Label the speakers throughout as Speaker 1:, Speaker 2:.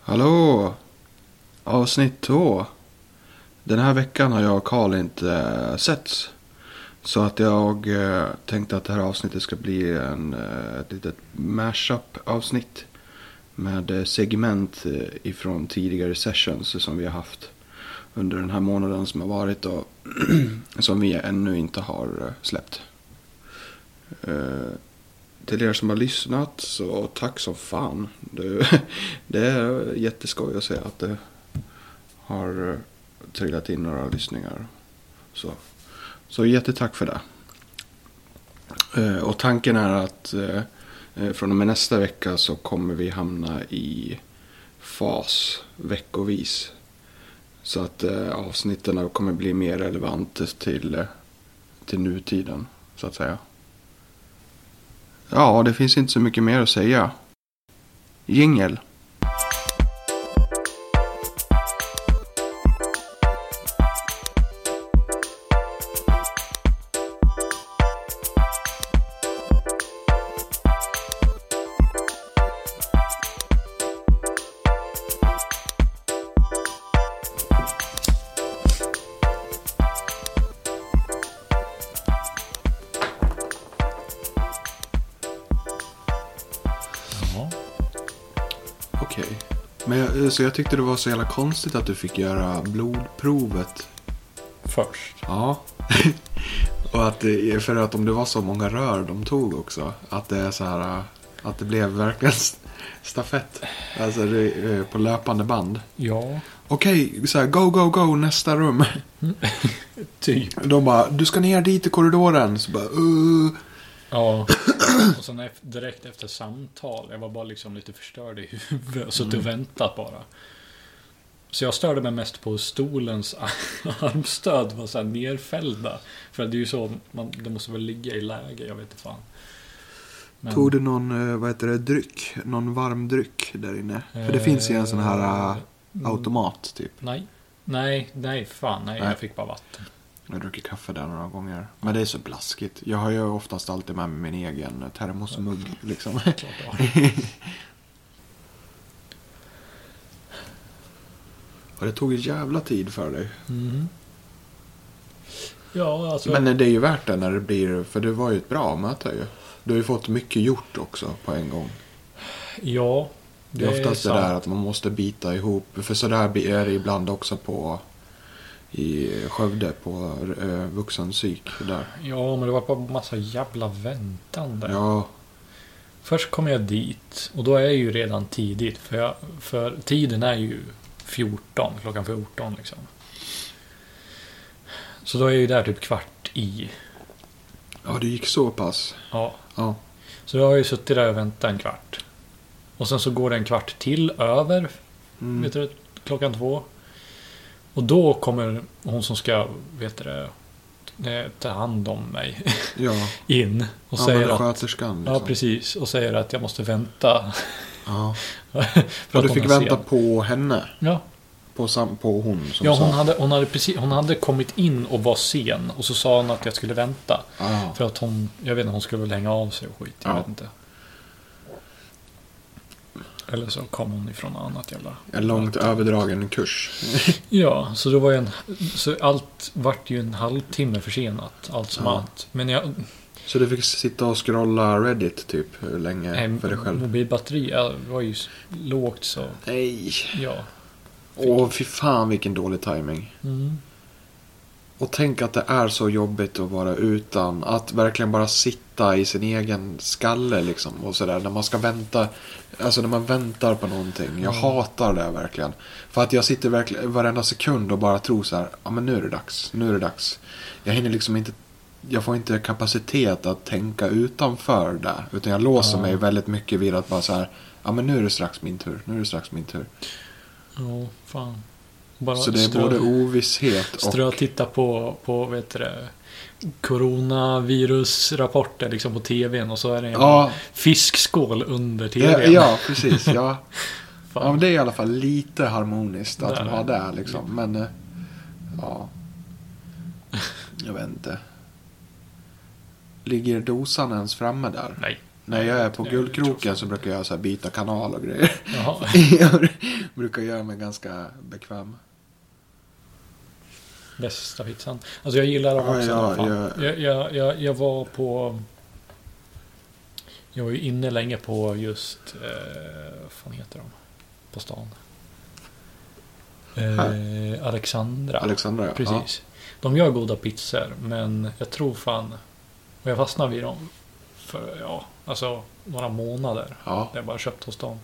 Speaker 1: Hallå! Avsnitt två. Den här veckan har jag och Karl inte eh, setts. Så att jag eh, tänkte att det här avsnittet ska bli en, eh, ett litet mashup avsnitt. Med eh, segment eh, ifrån tidigare sessions som vi har haft under den här månaden som har varit och som vi ännu inte har eh, släppt. Eh, till er som har lyssnat så tack som fan. Det, det är jätteskoj att se att det har eh, trillat in några lyssningar. Så, så jättetack för det. Eh, Och tanken är att eh, eh, från och med nästa vecka så kommer vi hamna i fas veckovis. Så att eh, avsnitten kommer bli mer relevanta till, eh, till nutiden så att säga. Ja, det finns inte så mycket mer att säga. Jingel.
Speaker 2: Ja.
Speaker 1: Okej. Men jag, eh, så jag tyckte det var så jävla konstigt att du fick göra blodprovet.
Speaker 2: Först.
Speaker 1: Ja. Och att det, för att om det var så många rör de tog också. Att det är så här. äh, Att det blev verkligen s- stafett. Alltså det, är på löpande band.
Speaker 2: Ja,
Speaker 1: Okej, så här go, go, go nästa rum.
Speaker 2: typ.
Speaker 1: De bara, du ska ner dit i korridoren. Så bara, uh.
Speaker 2: Ja. Och sen ef- direkt efter samtal, jag var bara liksom lite förstörd i huvudet och suttit och väntat bara. Så jag störde mig mest på hur stolens armstöd var så här nerfällda. För det är ju så, man, det måste väl ligga i läge, jag vet inte fan. Men-
Speaker 1: Tog du någon, eh, vad heter det, dryck? Någon varm dryck där inne? För det finns ju en sån här äh,
Speaker 2: Eh,
Speaker 1: automat typ.
Speaker 2: Nej, nej, nej, fan, nej,
Speaker 1: Nej.
Speaker 2: jag fick bara vatten.
Speaker 1: Jag dricker kaffe där några gånger. Men det är så blaskigt. Jag har ju oftast alltid med mig min egen termosmugg liksom.
Speaker 2: Klart det var.
Speaker 1: Och det tog ju jävla tid för dig.
Speaker 2: Mhm. Ja, alltså.
Speaker 1: Men det är ju värt det när det blir, för det var ju ett bra möte ju. Du har ju fått mycket gjort också på en gång.
Speaker 2: ja,
Speaker 1: Det är oftast det
Speaker 2: sant.
Speaker 1: där att man måste bita ihop. För sådär blir- är det ibland också på i Skövde på eh, vuxenpsyk. Där.
Speaker 2: Ja, men det var bara massa jävla väntande.
Speaker 1: Ja,
Speaker 2: Först kom jag dit och då är jag ju redan tidigt. För, jag, för tiden är ju 14, klockan 14 liksom. Så då är jag ju där typ kvart i.
Speaker 1: ja, det gick så pass.
Speaker 2: Ja.
Speaker 1: Ja.
Speaker 2: Så jag har ju suttit där och väntat en kvart. Och sen så går det en kvart till över
Speaker 1: Mm.
Speaker 2: vet du, klockan två. Och då kommer hon som ska vet du, eh, ta hand om mig
Speaker 1: Ja,
Speaker 2: in och
Speaker 1: ja
Speaker 2: säger
Speaker 1: men
Speaker 2: att
Speaker 1: sköterskan liksom.
Speaker 2: Ja, precis. Och säger att jag måste vänta.
Speaker 1: Ja.
Speaker 2: För
Speaker 1: Och
Speaker 2: att
Speaker 1: du
Speaker 2: hon
Speaker 1: fick
Speaker 2: är
Speaker 1: vänta
Speaker 2: sen.
Speaker 1: på henne?
Speaker 2: Ja,
Speaker 1: På, sam, på hon som
Speaker 2: ja
Speaker 1: sa?
Speaker 2: hon, hade, hon, hade precis, hon hade kommit in och var sen. Och så sa hon att jag skulle vänta.
Speaker 1: Ja.
Speaker 2: För att hon, jag vet inte, hon skulle väl hänga av sig och skit. Jag
Speaker 1: Ja.
Speaker 2: vet inte. Eller så kom hon ifrån något annat jävla...
Speaker 1: En långt överdragen kurs.
Speaker 2: Ja, så då var jag en... Så allt vart ju en halvtimme försenat. Allt som
Speaker 1: Ja.
Speaker 2: allt. Men jag...
Speaker 1: Så du fick sitta och scrolla Reddit typ hur länge
Speaker 2: Nej,
Speaker 1: för dig själv?
Speaker 2: mobilbatteri ja, var ju s- lågt så...
Speaker 1: Nej.
Speaker 2: Ja.
Speaker 1: Åh, fy fan vilken dålig timing.
Speaker 2: Mm.
Speaker 1: Och tänk att det är så jobbigt att vara utan. Att verkligen bara sitta i sin egen skalle liksom. Och sådär. När man ska vänta. Alltså när man väntar på någonting.
Speaker 2: Mm.
Speaker 1: Jag hatar det verkligen. För att jag sitter verkligen varenda sekund och bara tror så här. Ja men nu är det dags. Nu är det dags. Jag hinner liksom inte. Jag får inte kapacitet att tänka utanför det. Utan jag låser
Speaker 2: Ja.
Speaker 1: mig väldigt mycket vid att bara så här. Ja men nu är det strax min tur. Nu är det strax min tur.
Speaker 2: Ja, fan. Bara
Speaker 1: Så det är
Speaker 2: strö-
Speaker 1: både ovisshet och.
Speaker 2: Strö och titta på, på vet du det, coronavirusrapporter liksom på tvn och så är det en
Speaker 1: Ja,
Speaker 2: fiskskål under
Speaker 1: ja,
Speaker 2: tvn.
Speaker 1: ja precis. Ja. Ja, men
Speaker 2: Fan.
Speaker 1: det är i alla fall lite harmoniskt att
Speaker 2: Där
Speaker 1: de
Speaker 2: är
Speaker 1: har
Speaker 2: det.
Speaker 1: det liksom. Men, eh, ja. Jag vet inte. Ligger dosan ens framme där?
Speaker 2: Nej.
Speaker 1: När jag är på Guldkroken så brukar jag så här byta kanal och grejer.
Speaker 2: Jaha.
Speaker 1: jag brukar göra mig ganska bekväm.
Speaker 2: Bästa pizzan. Alltså jag gillar dem
Speaker 1: Ja,
Speaker 2: också.
Speaker 1: ja,
Speaker 2: fan.
Speaker 1: ja.
Speaker 2: Jag, jag, jag, jag var på... Jag var ju inne länge på just... Eh, vad fan heter de? På stan. Eh, Alexandra.
Speaker 1: Alexandra, ja.
Speaker 2: Precis. De gör goda pizzor, men jag tror fan... Och jag fastnade vid dem för, ja, alltså några månader.
Speaker 1: Ja.
Speaker 2: Jag bara köpt hos dem.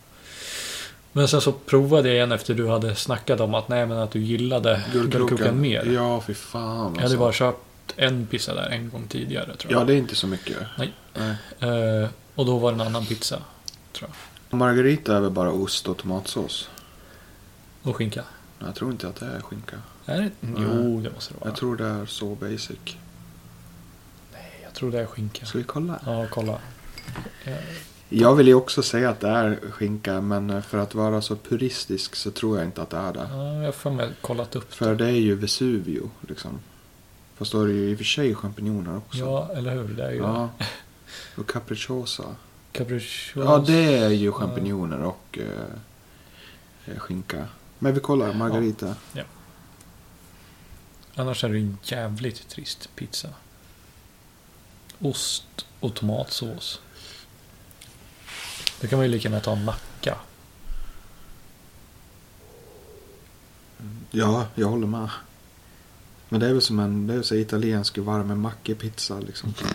Speaker 2: Men sen så provade jag igen efter du hade snackat om att, nej, men att du gillade guldkroken mer.
Speaker 1: Ja, fy fan. alltså.
Speaker 2: Jag hade bara köpt en pizza där en gång tidigare tror
Speaker 1: Ja,
Speaker 2: jag.
Speaker 1: det är inte så mycket.
Speaker 2: Nej.
Speaker 1: Nej.
Speaker 2: Eh, och då var det en annan pizza. Tror
Speaker 1: Margarita är väl bara ost och tomatsås?
Speaker 2: jag. Och skinka.
Speaker 1: Nej, jag tror inte att det är skinka.
Speaker 2: Är det? Jo, det måste det vara.
Speaker 1: Mm. Jag tror det är så basic.
Speaker 2: jag tror det är skinka.
Speaker 1: Ska vi kolla?
Speaker 2: Ja, kolla.
Speaker 1: Jag vill ju också säga att det är skinka, men för att vara så puristisk så tror jag inte att det är det.
Speaker 2: Ja, jag har för mig kollat upp
Speaker 1: För det är ju Vesuvio, liksom. Fast då är det ju i och för sig champinjoner också.
Speaker 2: Ja, eller hur? Det är ju ja.
Speaker 1: Ja. Och capricciosa.
Speaker 2: capricciosa.
Speaker 1: Ja, det är ju champinjoner och eh, skinka. Men vi kollar, Margarita.
Speaker 2: Annars är det ju en jävligt trist pizza. Ost och tomatsås. Då kan man ju lika gärna ta en macka.
Speaker 1: Ja, jag håller med. Men det är väl som en det är väl så här italiensk varm mackepizza liksom.
Speaker 2: Mm.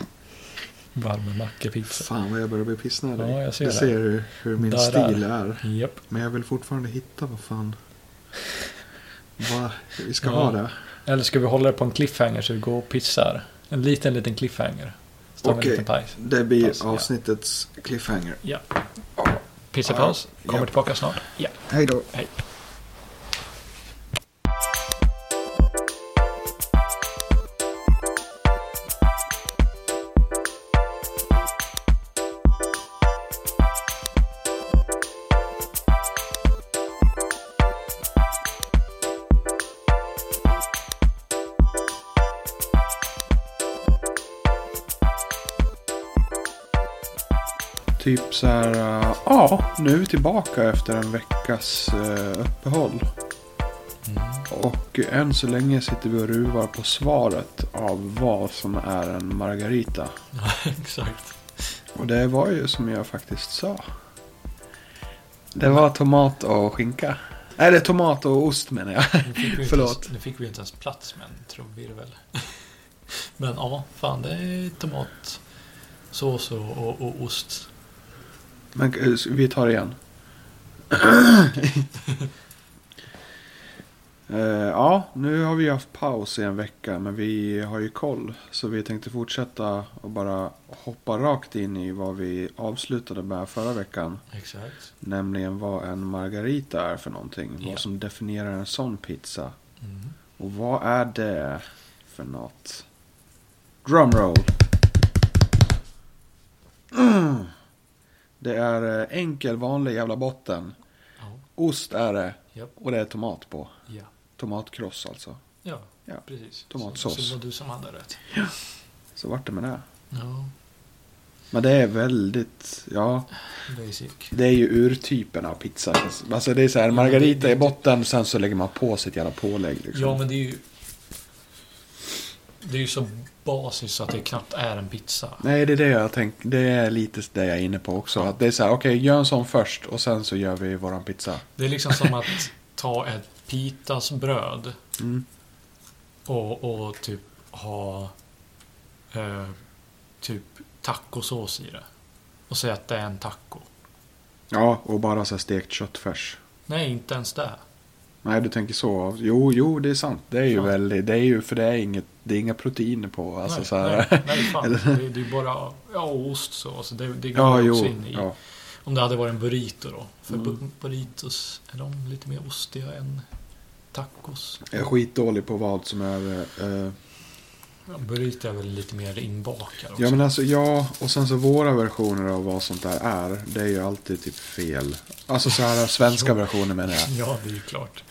Speaker 2: Varm mackapizza.
Speaker 1: Fan vad jag börjar bli pissnödig.
Speaker 2: Ja, jag ser
Speaker 1: du
Speaker 2: det.
Speaker 1: ser hur, hur min
Speaker 2: Där
Speaker 1: stil är.
Speaker 2: Japp.
Speaker 1: Men jag vill fortfarande hitta vad fan. Vad vi ska
Speaker 2: Ja.
Speaker 1: ha det.
Speaker 2: Eller ska vi hålla det på en cliffhanger så vi går och pissar? En liten, liten cliffhanger. Så tar vi
Speaker 1: Okej.
Speaker 2: en liten pajs.
Speaker 1: Det blir
Speaker 2: Pass, ja.
Speaker 1: avsnittets cliffhanger.
Speaker 2: Ja. Pissepaus.
Speaker 1: Ja.
Speaker 2: Kommer
Speaker 1: Japp.
Speaker 2: tillbaka snart. Ja.
Speaker 1: Hej då.
Speaker 2: Hej.
Speaker 1: Typ så här. äh, Ja, nu är vi tillbaka efter en veckas äh, uppehåll. Mm. Och än så länge sitter vi och ruvar på svaret av vad som är en margarita.
Speaker 2: Exakt.
Speaker 1: Och det var ju som jag faktiskt sa. Det var tomat och skinka. Eller tomat och ost menar jag.
Speaker 2: Nu fick vi inte
Speaker 1: Förlåt.
Speaker 2: Ens, nu fick vi ju inte ens plats med en trumvirvel. Men ja, fan det är tomat, sås och, och, och ost.
Speaker 1: Men eh, vi tar det igen. Eh, ja, nu har vi haft paus i en vecka men vi har ju koll. Så vi tänkte fortsätta och bara hoppa rakt in i vad vi avslutade med förra veckan.
Speaker 2: Exakt.
Speaker 1: Nämligen vad en margarita är för någonting.
Speaker 2: Ja.
Speaker 1: Vad som definierar en sån pizza.
Speaker 2: Mm.
Speaker 1: Och vad är det för något? Drumroll. Mm. Det är eh, enkel vanlig jävla botten.
Speaker 2: Ja,
Speaker 1: Ost är det
Speaker 2: Japp.
Speaker 1: och det är tomat på.
Speaker 2: ja,
Speaker 1: Tomatkross alltså.
Speaker 2: ja,
Speaker 1: Ja.
Speaker 2: precis.
Speaker 1: Tomatsås.
Speaker 2: Så, så var du som hade rätt.
Speaker 1: Så vart det med det.
Speaker 2: Ja,
Speaker 1: Men det är väldigt, ja.
Speaker 2: basic.
Speaker 1: Det är ju urtypen av pizza. Alltså det är så här,
Speaker 2: men
Speaker 1: margarita
Speaker 2: det-
Speaker 1: i botten, sen så lägger man på sitt jävla pålägg. Liksom.
Speaker 2: Ja, men det är ju... Det är ju så basiskt så att det knappt är en pizza.
Speaker 1: Nej, det är det jag tänkte. Det är lite det jag är inne på också. Att det är så här, okej, gör en sån först och sen så gör vi våran pizza.
Speaker 2: Det är liksom som att ta ett pitasbröd
Speaker 1: Mm.
Speaker 2: och, och typ ha eh, typ tacosås i det. Och säga att det är en taco.
Speaker 1: Ja, och bara så här stekt köttfärs.
Speaker 2: Nej, inte ens det.
Speaker 1: Nej, du tänker så. Jo, jo, det är sant. Det är ju
Speaker 2: Ja.
Speaker 1: väldigt, det är ju, för det är inget, det är inga proteiner på. Alltså
Speaker 2: nej,
Speaker 1: så här.
Speaker 2: nej, nej, fan.
Speaker 1: Eller-
Speaker 2: Det, det är bara ja, ost så. så det, det går
Speaker 1: Ja,
Speaker 2: ju
Speaker 1: jo.
Speaker 2: också in i.
Speaker 1: Ja.
Speaker 2: Om det hade varit en burrito då. För
Speaker 1: Mm.
Speaker 2: bu- burritos, är de lite mer ostiga än tacos?
Speaker 1: Jag är skitdålig på vad som är... eh,
Speaker 2: Ja, burrito är väl lite mer inbakad också.
Speaker 1: ja, men alltså, ja, och sen så våra versioner av vad sånt där är, det är ju alltid typ fel. Alltså så här, svenska versioner menar jag.
Speaker 2: Ja, det är ju klart.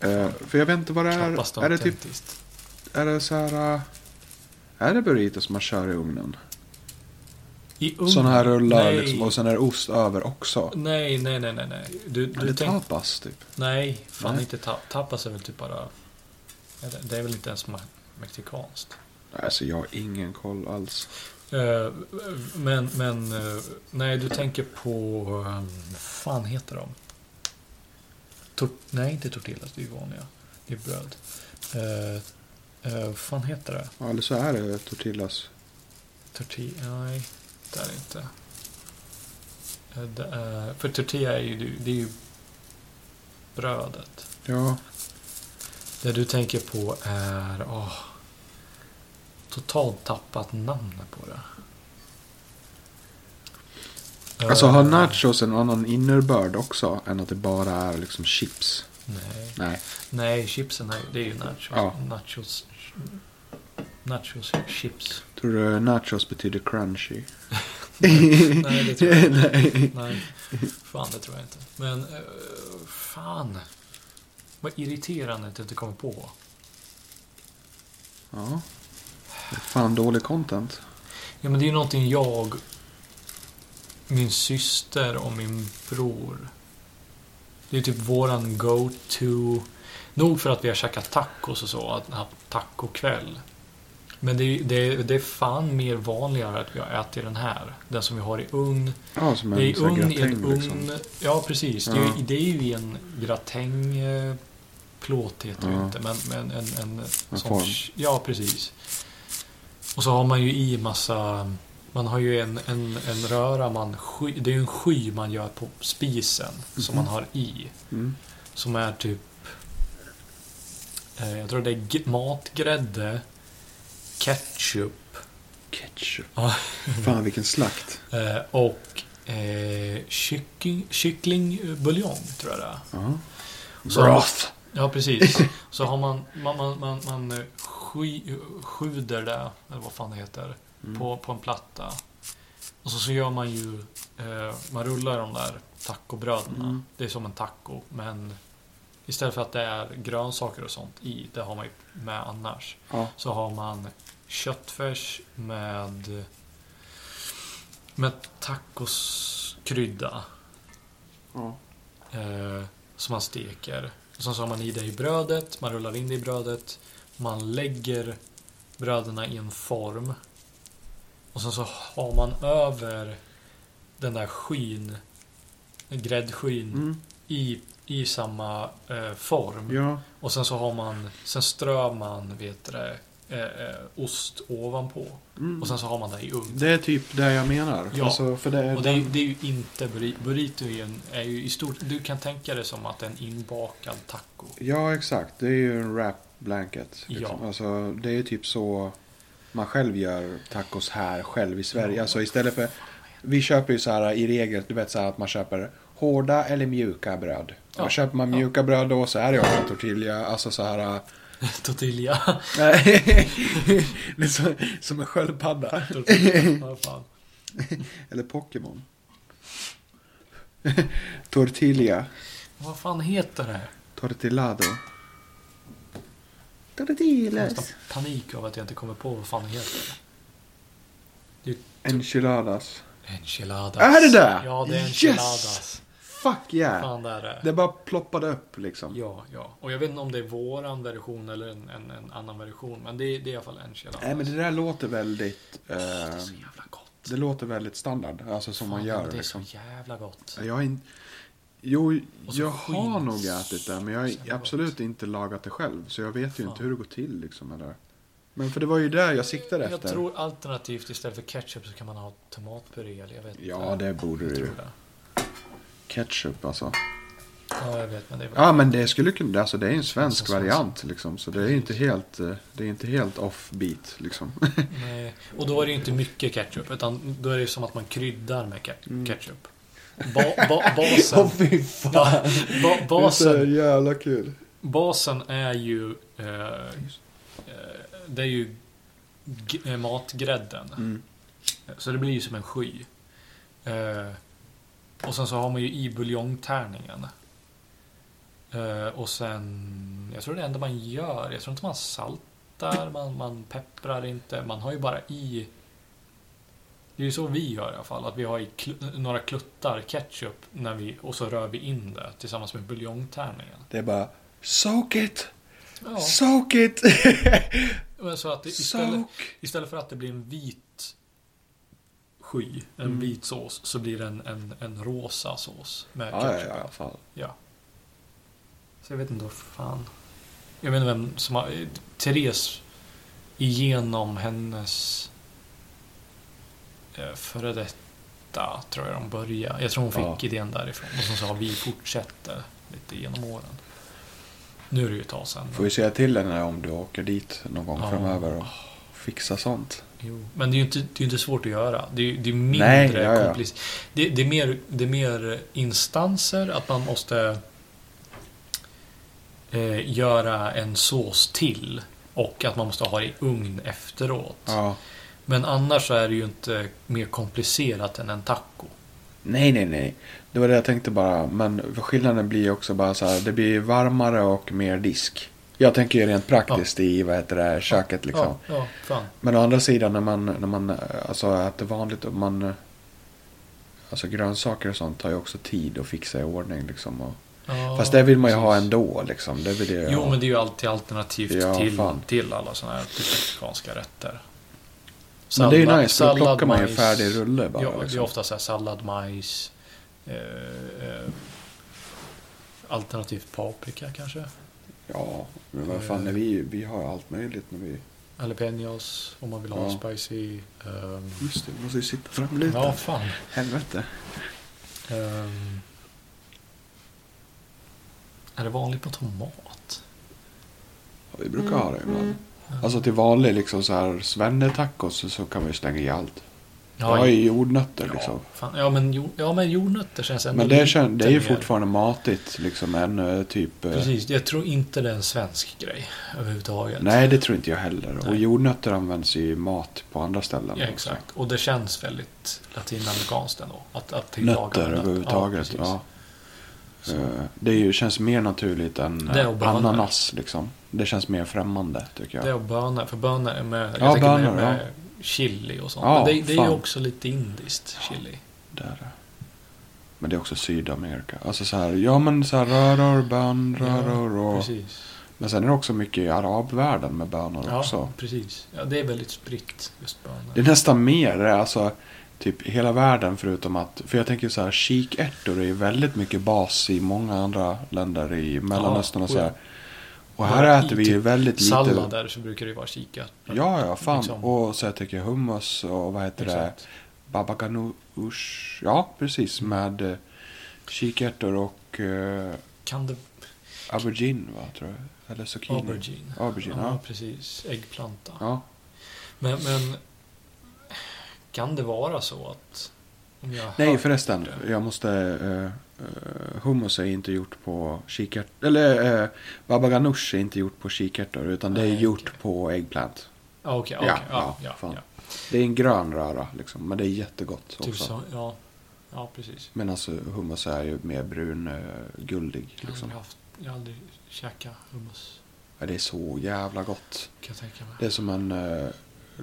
Speaker 1: Eh, för jag vet inte vad det
Speaker 2: Knappast
Speaker 1: är. Är det typ
Speaker 2: autentiskt.
Speaker 1: eh, Är det så här... äh, Är det burritos man kör i ugnen?
Speaker 2: I ugn?
Speaker 1: Sådana här rullar
Speaker 2: Nej.
Speaker 1: liksom, och sen är det ost över också.
Speaker 2: Nej, nej, nej, nej. nej. Du, du
Speaker 1: Eller
Speaker 2: tänk-
Speaker 1: tapas typ.
Speaker 2: Nej, fan
Speaker 1: Nej.
Speaker 2: inte ta- tapas är väl typ bara... Ja, det- Det är väl inte ens ma- mexikanskt.
Speaker 1: Alltså jag har ingen koll alls.
Speaker 2: Eh, men, men... eh, nej, du tänker på... eh, Vad fan heter de? Tor- nej, inte tortillas. Det är ju vanliga. Det är bröd. Eh, eh, Vad fan heter det?
Speaker 1: Ja, Eller så är det tortillas.
Speaker 2: Tortilla? Nej, det är det inte. Eh, Det är, för tortilla är ju, det är ju brödet.
Speaker 1: Ja,
Speaker 2: Det du tänker på är... Åh, totalt tappat namnet på det.
Speaker 1: alltså
Speaker 2: Eh,
Speaker 1: har nachos en annan innebörd också än att det bara är liksom chips?
Speaker 2: Nej,
Speaker 1: Nej.
Speaker 2: nej chipsen är, det är ju nachos.
Speaker 1: Ja.
Speaker 2: Nachos, nachos chips.
Speaker 1: Tror du nachos betyder crunchy?
Speaker 2: Nej, det tror jag inte.
Speaker 1: Nej.
Speaker 2: Nej, fan det tror jag inte. Men, eh, fan. Vad irriterande att jag inte kommer på.
Speaker 1: Ja. Det är Fan dålig content.
Speaker 2: Ja, men det är ju någonting jag, min syster och min bror. Det är typ våran go-to. Nog för att vi har käkat tacos och så, att haft tacokväll. Men det är, det, är, det är fan mer vanligare att vi har ätit den här. Den som vi har i ugn.
Speaker 1: Ja, som en
Speaker 2: det är i
Speaker 1: sån här
Speaker 2: ugn i en
Speaker 1: gratäng,
Speaker 2: ugn.
Speaker 1: liksom.
Speaker 2: Ja, precis. Det, är,
Speaker 1: Ja.
Speaker 2: ju- det är ju i en gratäng... eh, Plåt heter det ju
Speaker 1: Ja.
Speaker 2: inte, men, men en, en,
Speaker 1: En
Speaker 2: sån-
Speaker 1: form.
Speaker 2: Ja, precis. Och så har man ju i massa... Man har ju en, en, en röra man... Sky, det är ju en sky man gör på spisen som
Speaker 1: Mhm.
Speaker 2: man har i.
Speaker 1: Mm.
Speaker 2: Som är typ... Eh, jag tror det är g- matgrädde, ketchup
Speaker 1: Ketchup.
Speaker 2: Ja.
Speaker 1: Fan vilken slakt.
Speaker 2: eh, och eh, kyckling, kycklingbuljong, tror jag det är.
Speaker 1: Ja.
Speaker 2: Så-
Speaker 1: Broth.
Speaker 2: Ja, precis. Så har man, man, man, man, man eh, sky, sjuder det, eller vad fan det heter,
Speaker 1: Mm.
Speaker 2: på, på en platta. Och så, så gör man ju, eh, man rullar de där tacobröderna.
Speaker 1: Mm.
Speaker 2: Det är som en taco, men istället för att det är grönsaker och sånt i, det har man ju med annars,
Speaker 1: Ja.
Speaker 2: så har man köttfärs med, med tacoskrydda.
Speaker 1: Ja.
Speaker 2: Eh, som man steker. Och sen så har man i det i brödet, man rullar in det i brödet. Man lägger bröderna i en form. Och sen så har man över den där skyn, den gräddskyn,
Speaker 1: Mm.
Speaker 2: i, i samma eh, form.
Speaker 1: Ja.
Speaker 2: Och sen så har man, sen strör man, vet du det, eh, eh, ost ovanpå.
Speaker 1: Mm.
Speaker 2: Och sen så har man det i ugn.
Speaker 1: Det är typ det jag menar.
Speaker 2: Ja.
Speaker 1: Alltså, för det är
Speaker 2: Och det är,
Speaker 1: den-
Speaker 2: det är ju inte burrito. Burrito är ju, en, är ju i stort... Du kan tänka det som att det är en inbakad taco.
Speaker 1: Ja, exakt. Det är ju en wrap blanket. Liksom.
Speaker 2: Ja.
Speaker 1: Alltså, det är typ så man själv gör tacos här själv i Sverige. Alltså istället för... Vi köper ju så här i regel, du vet så här att man köper hårda eller mjuka bröd.
Speaker 2: Ja.
Speaker 1: Och köper man
Speaker 2: Ja.
Speaker 1: mjuka bröd då så är det ofta tortilla. Alltså så här...
Speaker 2: Tortilla.
Speaker 1: Nej. det är så, som en sköldpadda.
Speaker 2: Tortilla. Vad fan.
Speaker 1: Eller Pokémon. tortilla.
Speaker 2: Vad fan heter det?
Speaker 1: Tortillado.
Speaker 2: Jag har nästan
Speaker 1: Tortillas.
Speaker 2: panik av att jag inte kommer på vad fan det heter.
Speaker 1: Enchiladas.
Speaker 2: Enchiladas.
Speaker 1: Är det det?
Speaker 2: Ja, det är
Speaker 1: Yes!
Speaker 2: enchiladas.
Speaker 1: Fuck yeah.
Speaker 2: Fan, det är det.
Speaker 1: Det bara ploppade upp liksom.
Speaker 2: Ja, ja. Och jag vet inte om det är våran version eller en, en, en annan version. Men det, är- det är i alla fall enchiladas.
Speaker 1: Nej Äh, men det där låter väldigt...
Speaker 2: Åh, det
Speaker 1: Eh,
Speaker 2: är så jävla gott.
Speaker 1: det låter väldigt standard. Alltså som man
Speaker 2: Fan,
Speaker 1: gör
Speaker 2: men Det är
Speaker 1: liksom.
Speaker 2: så jävla gott.
Speaker 1: Jag har in... Jo,
Speaker 2: Och så
Speaker 1: jag
Speaker 2: skinn.
Speaker 1: har nog ätit det. Men jag
Speaker 2: Så
Speaker 1: har
Speaker 2: jävla
Speaker 1: absolut inte lagat det själv. Så jag vet ju
Speaker 2: Fan.
Speaker 1: inte hur det går till liksom. Eller. Men för det var ju det jag siktade
Speaker 2: jag
Speaker 1: efter.
Speaker 2: tror alternativt istället för ketchup så kan man ha tomatpuré eller jag vet
Speaker 1: Ja, det borde
Speaker 2: jag
Speaker 1: du ju.
Speaker 2: tror det.
Speaker 1: Ketchup alltså.
Speaker 2: Ja, jag vet men det är
Speaker 1: Ja men det skulle kunna... Alltså det är ju en svensk
Speaker 2: Svensk, svensk.
Speaker 1: variant liksom. Så det är ju inte helt... eh, Det är inte helt offbeat liksom.
Speaker 2: Nej. Och då är det ju inte mycket ketchup utan då är det ju som att man kryddar med ke- ketchup. Ba, ba, basen,
Speaker 1: Mm. fy
Speaker 2: ba, ba,
Speaker 1: Det är så
Speaker 2: basen,
Speaker 1: jävla kul.
Speaker 2: basen är ju eh, eh, Det är ju g- eh, matgrädden.
Speaker 1: Mm.
Speaker 2: Så det blir ju som en sky. Eh, och sen så har man ju i buljongtärningen. Eh, och sen, jag tror det enda man gör, jag tror inte man saltar, man, man pepprar inte, man har ju bara i Det är ju så vi gör i alla fall, att vi har i kl- några kluttar ketchup när vi, och så rör vi in det tillsammans med buljongtärningen.
Speaker 1: Det är bara soak it,
Speaker 2: Ja,
Speaker 1: soak it,
Speaker 2: men så att det, istället,
Speaker 1: soak.
Speaker 2: istället för att det blir en vit sky, en
Speaker 1: Mm.
Speaker 2: vit sås, så blir det en, en, en rosa sås med
Speaker 1: Ja, ja,
Speaker 2: ketchup.
Speaker 1: ja, i alla fall.
Speaker 2: Så jag vet inte vad fan. Jag vet inte vem som har... eh, Therese igenom hennes eh, före detta tror jag de började. Jag tror hon fick
Speaker 1: Ja.
Speaker 2: idén därifrån. Och som sa vi fortsätter lite genom åren. Nu är det ju ett tag sedan.
Speaker 1: Får vi säga till henne om du åker dit någon gång
Speaker 2: Ja.
Speaker 1: framöver och fixa sånt.
Speaker 2: Jo. Men det är ju inte, det är ju inte svårt att göra. Det är, ju- det är
Speaker 1: Nej,
Speaker 2: mindre
Speaker 1: ja, ja.
Speaker 2: komplicerat. Det, det, är mer- det är mer instanser, att man måste eh, göra en sås till. Och att man måste ha i ugn efteråt.
Speaker 1: Ja.
Speaker 2: Men annars så är det ju inte mer komplicerat än en taco.
Speaker 1: Nej, nej, nej. Det var det jag tänkte bara. Men skillnaden blir också bara så här. Det blir varmare och mer disk. Jag tänker ju rent praktiskt i vad heter det, köket liksom.
Speaker 2: Ja, ja, fan.
Speaker 1: Men å andra sidan när man, när man eh, alltså, äter vanligt och man... eh, Alltså grönsaker och sånt tar ju också tid att fixa i ordning liksom. Och,
Speaker 2: Ja,
Speaker 1: fast det vill man ju ha
Speaker 2: precis.
Speaker 1: ändå liksom. Det vill jag
Speaker 2: Jo,
Speaker 1: ha.
Speaker 2: men det är ju alltid alternativt
Speaker 1: Ja,
Speaker 2: till,
Speaker 1: fan.
Speaker 2: till alla sådana här typ mexikanska rätter.
Speaker 1: Men det är ju
Speaker 2: Sallad-
Speaker 1: nice. Då plockar man ju
Speaker 2: majs.
Speaker 1: färdig rulle bara.
Speaker 2: ja, Det är
Speaker 1: liksom.
Speaker 2: ofta så här sallad, majs, eh, eh, alternativt paprika kanske.
Speaker 1: ja, men vad fan. När vi, vi har allt möjligt när vi...
Speaker 2: Jalapenos om man vill ha
Speaker 1: Ja.
Speaker 2: spicy. ehm,
Speaker 1: Just det, vi måste ju sitta fram lite.
Speaker 2: ja, fan.
Speaker 1: Helvete.
Speaker 2: Ehm, är det vanligt med tomat?
Speaker 1: Ja, vi brukar ha det ibland.
Speaker 2: Mm.
Speaker 1: Alltså till vanlig liksom så här svennetacos så- så kan man ju slänga i allt. Jag har ju jordnötter liksom.
Speaker 2: Ja, fan. ja, men, jord, ja, men jordnötter känns ändå
Speaker 1: Men det,
Speaker 2: lite
Speaker 1: kän- det är ju
Speaker 2: mer-
Speaker 1: fortfarande matigt liksom ännu typ. eh,
Speaker 2: Precis, jag tror inte det är en svensk grej överhuvudtaget.
Speaker 1: Nej, det tror inte jag heller. Och
Speaker 2: Nej.
Speaker 1: jordnötter används ju i mat på andra ställen.
Speaker 2: Ja,
Speaker 1: också.
Speaker 2: exakt. Och det känns väldigt latinamerikanskt ändå. Att, att tillaga
Speaker 1: Nötter
Speaker 2: nöt-
Speaker 1: överhuvudtaget.
Speaker 2: precis.
Speaker 1: Ja,
Speaker 2: Så.
Speaker 1: Eh, Det är ju, känns mer naturligt än eh,
Speaker 2: Det och bönor.
Speaker 1: ananas liksom. Det känns mer främmande tycker jag.
Speaker 2: Det och bönor. För bönor är med,
Speaker 1: Ja,
Speaker 2: jag tänker
Speaker 1: bönor,
Speaker 2: med, med chili och sånt.
Speaker 1: Ja,
Speaker 2: Men det, det är ju
Speaker 1: fan.
Speaker 2: också lite indiskt, chili.
Speaker 1: Där. Men det är också Sydamerika. Alltså så här, ja men så här röror, bön, röror och...
Speaker 2: Precis.
Speaker 1: Men sen är det också mycket i arabvärlden med bönor
Speaker 2: Ja,
Speaker 1: också.
Speaker 2: precis. Ja, det är väldigt spritt, just bönor.
Speaker 1: Det är nästan mer, alltså typ hela världen förutom att, för jag tänker så här, kikärtor är ju väldigt mycket bas i många andra länder i Mellanöstern och
Speaker 2: Ja,
Speaker 1: så här.
Speaker 2: och
Speaker 1: Och
Speaker 2: Bara
Speaker 1: här
Speaker 2: i
Speaker 1: äter vi ju
Speaker 2: typ
Speaker 1: väldigt lite.
Speaker 2: Sallader så brukar det ju vara kikärtor.
Speaker 1: Ja, ja, fan.
Speaker 2: Liksom.
Speaker 1: Och så jag tänker hummus och vad heter det?
Speaker 2: Exakt. Mm.
Speaker 1: Baba ganoush. Ja, precis. Med eh, kikärtor och eh,
Speaker 2: Kan det...
Speaker 1: aubergine, va, tror jag. Eller zucchini.
Speaker 2: Aubergine.
Speaker 1: Aubergine, ja.
Speaker 2: precis. Äggplanta.
Speaker 1: Ja.
Speaker 2: Men, men... Kan det vara så att... Om jag har
Speaker 1: Nej
Speaker 2: hört
Speaker 1: förresten,
Speaker 2: det-
Speaker 1: jag måste... eh, eh, hummus är inte gjort på kikärtor. Eller eh, baba ganoush är inte gjort på kikärtor. Utan det är
Speaker 2: Nej,
Speaker 1: gjort
Speaker 2: okej.
Speaker 1: på äggplant.
Speaker 2: Ja, okej.
Speaker 1: Ja,
Speaker 2: ja, ja,
Speaker 1: ja,
Speaker 2: ja,
Speaker 1: fan.
Speaker 2: ja,
Speaker 1: Det är en grön röra liksom. Men det är jättegott
Speaker 2: Typ
Speaker 1: också.
Speaker 2: så, ja. Ja, precis.
Speaker 1: Men alltså hummus är ju mer brun, eh, guldig
Speaker 2: Jag har
Speaker 1: liksom.
Speaker 2: aldrig haft... Jag har aldrig käkat hummus.
Speaker 1: Ja, det är så jävla gott.
Speaker 2: Kan jag tänka mig.
Speaker 1: Det är som en eh,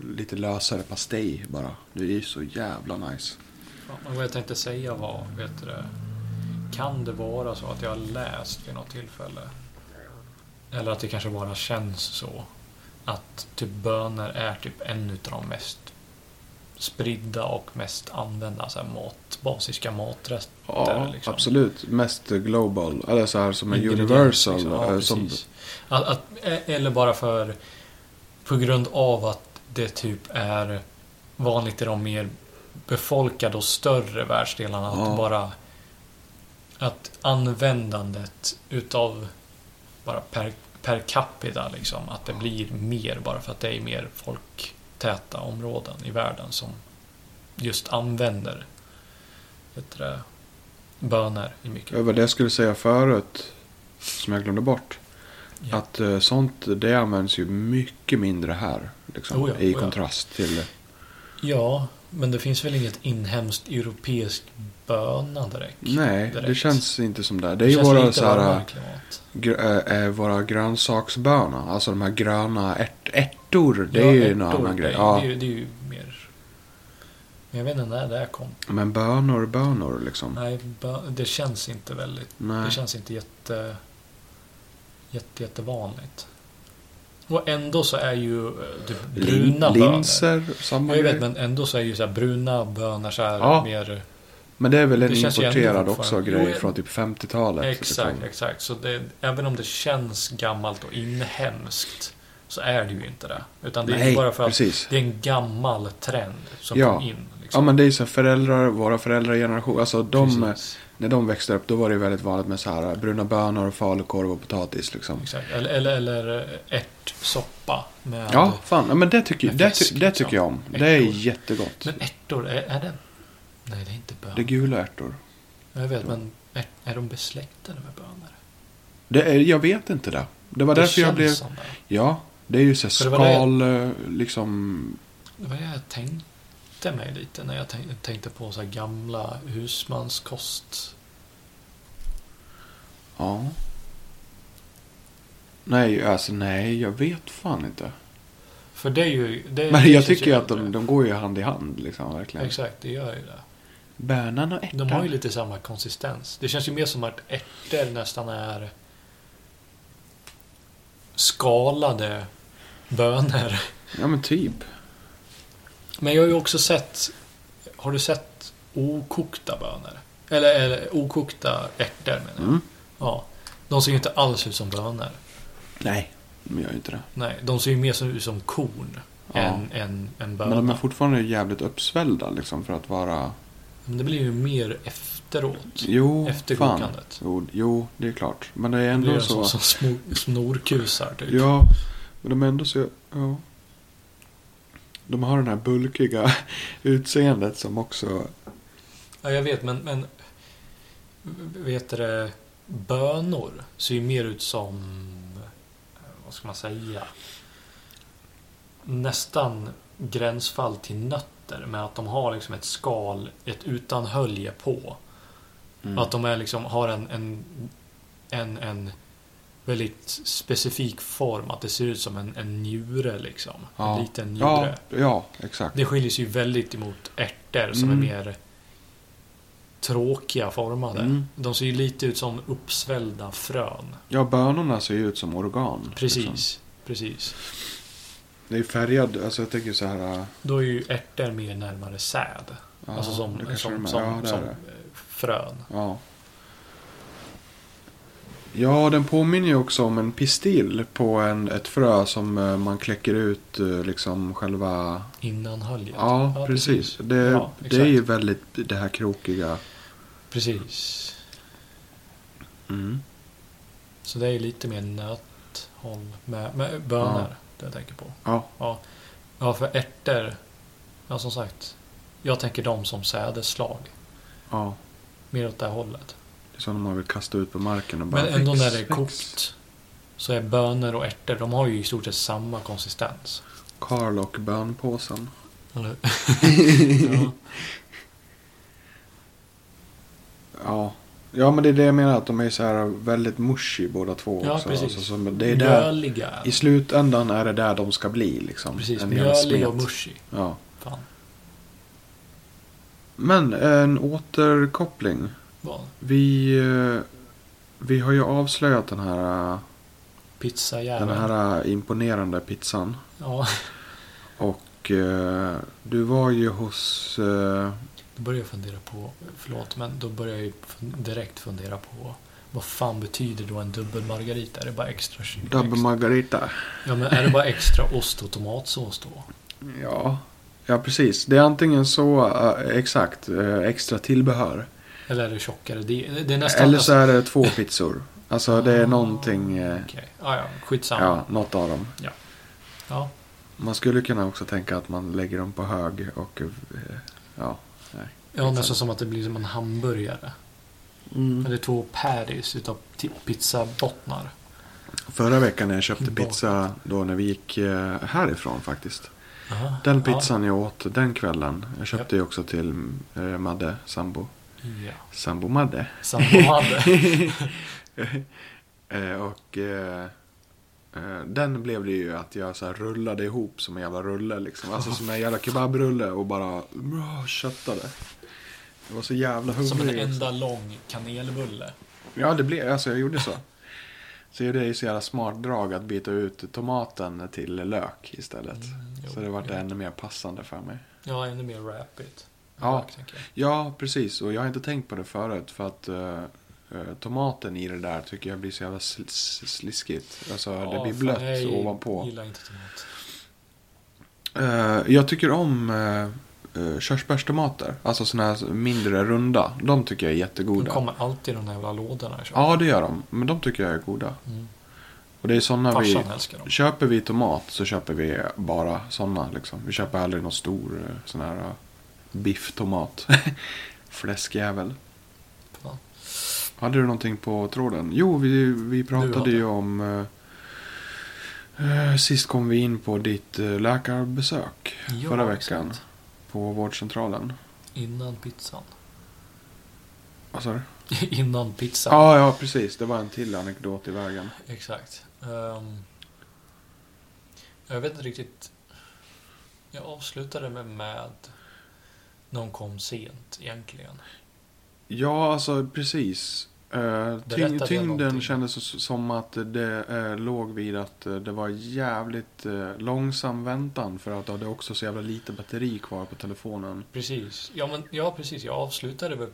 Speaker 1: lite lösare pastej bara. Det är ju så jävla nice.
Speaker 2: Ja, men vad jag tänkte säga var, vet du det, Kan det vara så att jag har läst vid något tillfälle? Eller att det kanske bara känns så? Att typ bönor är typ en utav de mest spridda och mest använda så här mat, basiska maträtter.
Speaker 1: Ja,
Speaker 2: liksom.
Speaker 1: absolut. Mest global. Eller så här som en
Speaker 2: Ingrediens,
Speaker 1: universal.
Speaker 2: liksom. Ja,
Speaker 1: eh, som,
Speaker 2: precis. att, att, e- eller bara för... På grund av att det typ är vanligt i de mer befolkade och större världsdelarna
Speaker 1: Ja.
Speaker 2: att bara... Att användandet utav bara per, per capita liksom, att det
Speaker 1: Ja.
Speaker 2: blir mer bara för att det är mer folktäta områden i världen som just använder vet du, det, bönor i mycket.
Speaker 1: Det var det jag skulle säga förut. Som jag glömde bort.
Speaker 2: Ja.
Speaker 1: Att eh, sånt, det används ju mycket mindre här. Liksom,
Speaker 2: Oh ja, oh
Speaker 1: I
Speaker 2: ja.
Speaker 1: kontrast till...
Speaker 2: Ja, men det finns väl inget inhemskt europeiskt böna direkt?
Speaker 1: Nej, det
Speaker 2: direkt.
Speaker 1: känns inte som det. Det
Speaker 2: Det
Speaker 1: är ju
Speaker 2: känns
Speaker 1: våra,
Speaker 2: lite
Speaker 1: så här,
Speaker 2: varmare klimat.
Speaker 1: gr- eh, eh, våra grönsaksbönor. Alltså de här gröna ärt- ärtor. Det
Speaker 2: Ja,
Speaker 1: är ju en
Speaker 2: ärtor,
Speaker 1: annan grej.
Speaker 2: Det,
Speaker 1: Ja.
Speaker 2: det, är ju, det är ju mer Men jag vet inte när det här kom.
Speaker 1: Men bönor, bönor liksom.
Speaker 2: Nej, bö- det känns inte väldigt...
Speaker 1: Nej.
Speaker 2: Det känns inte jätte... Jätte, jättevanligt. Och ändå så är ju eh, typ
Speaker 1: Lin-
Speaker 2: bruna bönor.
Speaker 1: linser, samma
Speaker 2: Jag vet,
Speaker 1: grej. men...
Speaker 2: men ändå så är ju så här bruna bönor så här
Speaker 1: Ja.
Speaker 2: mer...
Speaker 1: det är väl en
Speaker 2: Det känns ju ändå
Speaker 1: importerad
Speaker 2: fortfarande-
Speaker 1: också
Speaker 2: Jo,
Speaker 1: grej
Speaker 2: jag-
Speaker 1: från typ 50-talet.
Speaker 2: Exakt,
Speaker 1: Liksom.
Speaker 2: exakt. Så det, även om det känns gammalt och inhemskt så är det ju inte det. Utan det är ju
Speaker 1: Nej,
Speaker 2: bara för att
Speaker 1: precis.
Speaker 2: det är en gammal trend som
Speaker 1: Ja.
Speaker 2: kom in.
Speaker 1: Ja
Speaker 2: Liksom.
Speaker 1: men det är ju så här föräldrar, våra föräldrageneration. Alltså de,
Speaker 2: Precis.
Speaker 1: när de växte upp då var det ju väldigt vanligt med så här bruna bönor, falukorv och potatis liksom.
Speaker 2: Exakt. Eller, eller, eller eh, ärtsoppa med...
Speaker 1: Ja, fan. Ja, men det tycker,
Speaker 2: Med
Speaker 1: det,
Speaker 2: fisk,
Speaker 1: ty, det
Speaker 2: liksom.
Speaker 1: tycker jag om. Det är
Speaker 2: Äckor.
Speaker 1: jättegott.
Speaker 2: Men ärtor, är, är det... Nej, det är inte
Speaker 1: Det är
Speaker 2: bönor.
Speaker 1: gula ärtor.
Speaker 2: Jag vet, men är, är de besläktade med bönor?
Speaker 1: Det är, jag vet inte det. Det var
Speaker 2: Det
Speaker 1: därför jag
Speaker 2: känns
Speaker 1: blev...
Speaker 2: som det.
Speaker 1: Ja, det är ju så här
Speaker 2: För det var det-
Speaker 1: skal, eh, liksom...
Speaker 2: Det var det jag tänkte mig lite när jag tänk- tänkte på så här gamla husmanskost.
Speaker 1: Ja. Nej, alltså nej, jag vet fan inte.
Speaker 2: För det är ju... Det, det
Speaker 1: Men jag
Speaker 2: känns
Speaker 1: tycker ju att
Speaker 2: äldre.
Speaker 1: de, de går ju hand i hand liksom, verkligen.
Speaker 2: Exakt, det gör ju det.
Speaker 1: Bönan och ärtan.
Speaker 2: De har ju lite samma konsistens. Det känns ju mer som att ärtor nästan är skalade bönor.
Speaker 1: Ja, men typ.
Speaker 2: Men jag har ju också sett... Har du sett okokta bönor? Eller, eller okokta ärtor menar jag.
Speaker 1: Mm.
Speaker 2: Ja. De ser ju inte alls ut som bönor.
Speaker 1: Nej, de gör ju inte det.
Speaker 2: Nej, de ser ju mer som, ut som korn
Speaker 1: Ja.
Speaker 2: än, än, än bönor.
Speaker 1: Men de är
Speaker 2: Men,
Speaker 1: fortfarande jävligt uppsvällda liksom för att vara...
Speaker 2: det blir ju mer efteråt.
Speaker 1: Jo,
Speaker 2: Efter
Speaker 1: fan.
Speaker 2: kokandet.
Speaker 1: Jo, jo, det är klart. Men det är
Speaker 2: Det
Speaker 1: ändå
Speaker 2: är ju
Speaker 1: så...
Speaker 2: som, som smor, snorkusar typ.
Speaker 1: Ja, men de är ändå så... Ja. De har den här bulkiga utseendet som också...
Speaker 2: Ja, jag vet, men, men vet du det, bönor ser ju mer ut som, eh, vad ska man säga, nästan gränsfall till nötter med att de har liksom ett skal, ett utan hölje på.
Speaker 1: Mm.
Speaker 2: Att de är liksom, har en, en, en, en väldigt specifik form, att det ser ut som en, en njure liksom.
Speaker 1: Ja.
Speaker 2: En liten njure.
Speaker 1: Ja, ja, exakt.
Speaker 2: Det skiljer sig ju väldigt emot ärtor som
Speaker 1: Mm.
Speaker 2: är mer tråkiga formade.
Speaker 1: Mm.
Speaker 2: De ser ju lite ut som uppsvällda frön.
Speaker 1: Ja, bönorna ser ju ut som organ.
Speaker 2: Precis,
Speaker 1: liksom.
Speaker 2: precis.
Speaker 1: Det är färgad, alltså jag tänker så här... äh,
Speaker 2: Då är ju ärtor mer närmare säd.
Speaker 1: Ja,
Speaker 2: alltså
Speaker 1: det
Speaker 2: som,
Speaker 1: kanske de
Speaker 2: som,
Speaker 1: är.
Speaker 2: som,
Speaker 1: ja, det
Speaker 2: som
Speaker 1: är det.
Speaker 2: eh, frön.
Speaker 1: Ja. Ja, den påminner ju också om en pistil på en, ett frö som eh, man kläcker ut eh, liksom själva...
Speaker 2: Innan höljet.
Speaker 1: Ja, precis. Det,
Speaker 2: Ja,
Speaker 1: det är ju
Speaker 2: exakt.
Speaker 1: väldigt det här krokiga.
Speaker 2: Precis.
Speaker 1: Mm.
Speaker 2: Så det är ju lite mer nöthåll med, med bönor.
Speaker 1: Ja.
Speaker 2: Det jag tänker på.
Speaker 1: Ja.
Speaker 2: Ja, ja för ärtor. Ja, som sagt. Jag tänker dem som sädesslag.
Speaker 1: ja.
Speaker 2: Mer åt det här hållet.
Speaker 1: Det är som man vill kasta ut på marken och bara...
Speaker 2: Men ändå
Speaker 1: väx,
Speaker 2: när det är
Speaker 1: väx.
Speaker 2: kokt så är bönor och ärtor, de har ju i stort sett samma konsistens.
Speaker 1: Karl och bönpåsen.
Speaker 2: Eller?
Speaker 1: Mm. Ja. Ja, men det är det jag menar. Att de är så här väldigt mushy båda två
Speaker 2: Ja,
Speaker 1: också.
Speaker 2: precis.
Speaker 1: Alltså, så, men det är där...
Speaker 2: Mjöliga.
Speaker 1: I slutändan är det där de ska bli liksom.
Speaker 2: Precis,
Speaker 1: En jävla
Speaker 2: mjöliga och
Speaker 1: smet.
Speaker 2: mushy.
Speaker 1: Ja.
Speaker 2: Fan,
Speaker 1: Men en återkoppling.
Speaker 2: vad?
Speaker 1: Vi, eh, vi har ju avslöjat den här, eh, den
Speaker 2: Pizzajäveln.
Speaker 1: här eh, imponerande pizzan.
Speaker 2: Ja,
Speaker 1: Och eh, du var ju hos... eh,
Speaker 2: då börjar jag fundera på, förlåt, men då börjar jag ju fun- direkt fundera på vad fan betyder då en dubbel margarita? Är det bara extra
Speaker 1: Double
Speaker 2: extra,
Speaker 1: Margarita.
Speaker 2: Ja, men är det bara extra ost och tomatsås då?
Speaker 1: Ja. Ja, precis. Det är antingen så, eh, exakt, eh, extra tillbehör.
Speaker 2: Eller är det tjockare? Det, det är nästan...
Speaker 1: Eller så är det två pizzor. Alltså det är någonting, eh,
Speaker 2: Okej, ah, ja, skitsamma.
Speaker 1: ja, något av dem.
Speaker 2: ja.
Speaker 1: Man skulle kunna också tänka att man lägger dem på hög och... eh, Ja.
Speaker 2: Ja, nästan som att det blir som en hamburgare.
Speaker 1: Mm.
Speaker 2: Eller två patties utav ti- pizzabottnar.
Speaker 1: Förra veckan när jag köpte
Speaker 2: Bakat.
Speaker 1: pizza då när vi gick eh, härifrån faktiskt. Den pizzan jag åt den kvällen. Jag köpte ju också till eh, Madde, sambo.
Speaker 2: Ja. ja.
Speaker 1: Sambo Madde.
Speaker 2: Sambo hade.
Speaker 1: Eh, Och eh, Eh, Den blev det ju att jag så här rullade ihop som en jävla rulle liksom. Alltså som en jävla kebabrulle och bara "Bra, köttade. Jag var så jävla hungrig.
Speaker 2: Som en enda lång
Speaker 1: Mm.
Speaker 2: kanelbulle.
Speaker 1: Ja, det blev, alltså jag gjorde så. Så det är ju så jävla smart drag att byta ut tomaten till lök istället.
Speaker 2: jo,
Speaker 1: så det vart
Speaker 2: Mm. jo.
Speaker 1: ännu mer passande för mig.
Speaker 2: Ja, ännu mer rapigt.
Speaker 1: Ja.
Speaker 2: tänker jag.
Speaker 1: Ja, precis. Och jag har inte tänkt på det förut. För att eh, eh, tomaten i det där tycker jag blir så jävla sl- sl- sliskigt. Alltså det
Speaker 2: Ja,
Speaker 1: blir
Speaker 2: fan,
Speaker 1: blött
Speaker 2: jag
Speaker 1: ovanpå.
Speaker 2: gillar inte tomat.
Speaker 1: Eh, jag tycker om eh, eh, körsbärstomater. Alltså såna här mindre runda. De tycker jag är
Speaker 2: De
Speaker 1: jättegoda.
Speaker 2: kommer alltid i de där jävla lådorna jag köper.
Speaker 1: Ja, det gör de. Men de tycker jag är goda.
Speaker 2: Mm.
Speaker 1: Och det är såna vi...
Speaker 2: Farsan älskar dem.
Speaker 1: Köper vi tomat så köper vi bara sådana. Liksom. Vi köper aldrig någon stor eh, sån här eh, bifftomat. Fläskjävel.
Speaker 2: Fan.
Speaker 1: Hade du någonting på tråden? Jo, vi, vi pratade
Speaker 2: hade.
Speaker 1: ju om... eh, eh, sist kom vi in på ditt eh, läkarbesök
Speaker 2: Ja,
Speaker 1: förra veckan.
Speaker 2: exakt.
Speaker 1: På vårdcentralen.
Speaker 2: Innan pizzan.
Speaker 1: Vad sa du?
Speaker 2: Innan pizzan.
Speaker 1: Ja, ja, precis. Det var en till anekdot i vägen.
Speaker 2: Exakt. Ehm, jag vet inte riktigt. Jag avslutade med, med någon kom sent egentligen.
Speaker 1: Ja, alltså precis. Eh, tyng,
Speaker 2: Berättade jag
Speaker 1: tyngden
Speaker 2: någonting?
Speaker 1: kändes s- som att det eh, låg vid att eh, det var jävligt eh, långsam väntan för att det hade också så jävla lite batteri kvar på telefonen.
Speaker 2: Precis. Ja, men, ja, precis. Jag avslutade väl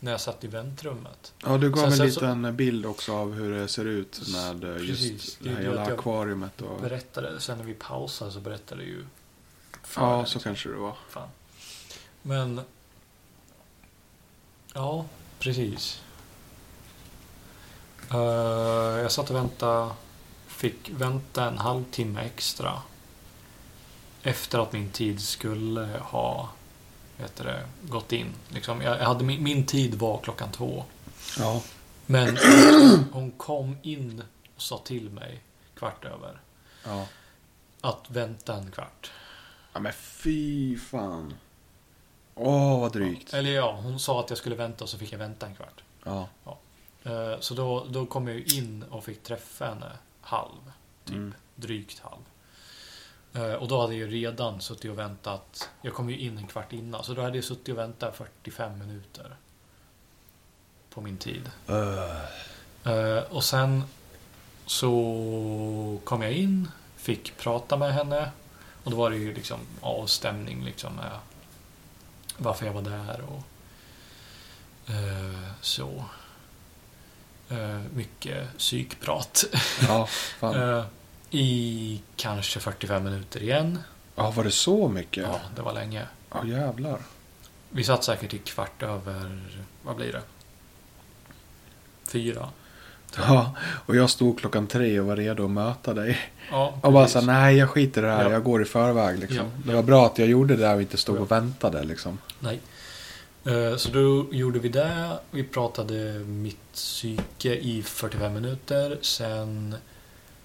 Speaker 2: när jag satt i väntrummet.
Speaker 1: Ja, du gav
Speaker 2: Sen-
Speaker 1: en
Speaker 2: sen så-
Speaker 1: liten bild också av hur det ser ut
Speaker 2: S-
Speaker 1: med eh,
Speaker 2: precis.
Speaker 1: just
Speaker 2: Det
Speaker 1: det
Speaker 2: är
Speaker 1: här
Speaker 2: det
Speaker 1: jävla
Speaker 2: att jag
Speaker 1: akvariet. Och...
Speaker 2: Berättade, sen när vi pausade så berättade ju...
Speaker 1: Ja, så kanske det var.
Speaker 2: Fan. Men... Ja, precis. Eh, jag satt och väntade. Fick vänta en halvtimme extra. Efter att min tid skulle ha vad heter det, gått in. Liksom, jag jag hade, min, min tid var klockan två.
Speaker 1: Ja.
Speaker 2: Men hon kom in och sa till mig kvart över
Speaker 1: ja.
Speaker 2: att vänta en kvart.
Speaker 1: Ja, men fy fan. Åh, vad drygt.
Speaker 2: Eller ja, hon sa att jag skulle vänta och så fick jag vänta en kvart.
Speaker 1: Ja.
Speaker 2: Eh, Så då, då kom jag ju in och fick träffa henne halv, typ.
Speaker 1: Mm.
Speaker 2: Drygt halv. Eh, Och då hade jag ju redan suttit och väntat. Jag kom ju in en kvart innan, så då hade jag suttit och väntat 45 minuter. På min tid. Eh, Och sen så kom jag in, fick prata med henne. Och då var det ju liksom avstämning liksom med varför jag var där och eh, så. Eh, mycket psykprat.
Speaker 1: Ja, fan.
Speaker 2: Eh, I kanske 45 minuter igen.
Speaker 1: Ja, var det så mycket?
Speaker 2: Ja,
Speaker 1: Ja,
Speaker 2: det var länge.
Speaker 1: jävlar.
Speaker 2: Vi satt säkert i kvart över, vad blir det? Fyra.
Speaker 1: Ja, och jag stod klockan tre och var redo att möta dig.
Speaker 2: Ja,
Speaker 1: Och bara
Speaker 2: precis.
Speaker 1: såhär, nej jag skiter i det här,
Speaker 2: Ja.
Speaker 1: jag går i förväg liksom.
Speaker 2: Ja,
Speaker 1: Det
Speaker 2: ja.
Speaker 1: var bra att jag gjorde det där och inte stod
Speaker 2: Ja.
Speaker 1: och väntade liksom.
Speaker 2: Nej. Eh, Så då gjorde vi det. Vi pratade mitt psyke i 45 minuter. Sen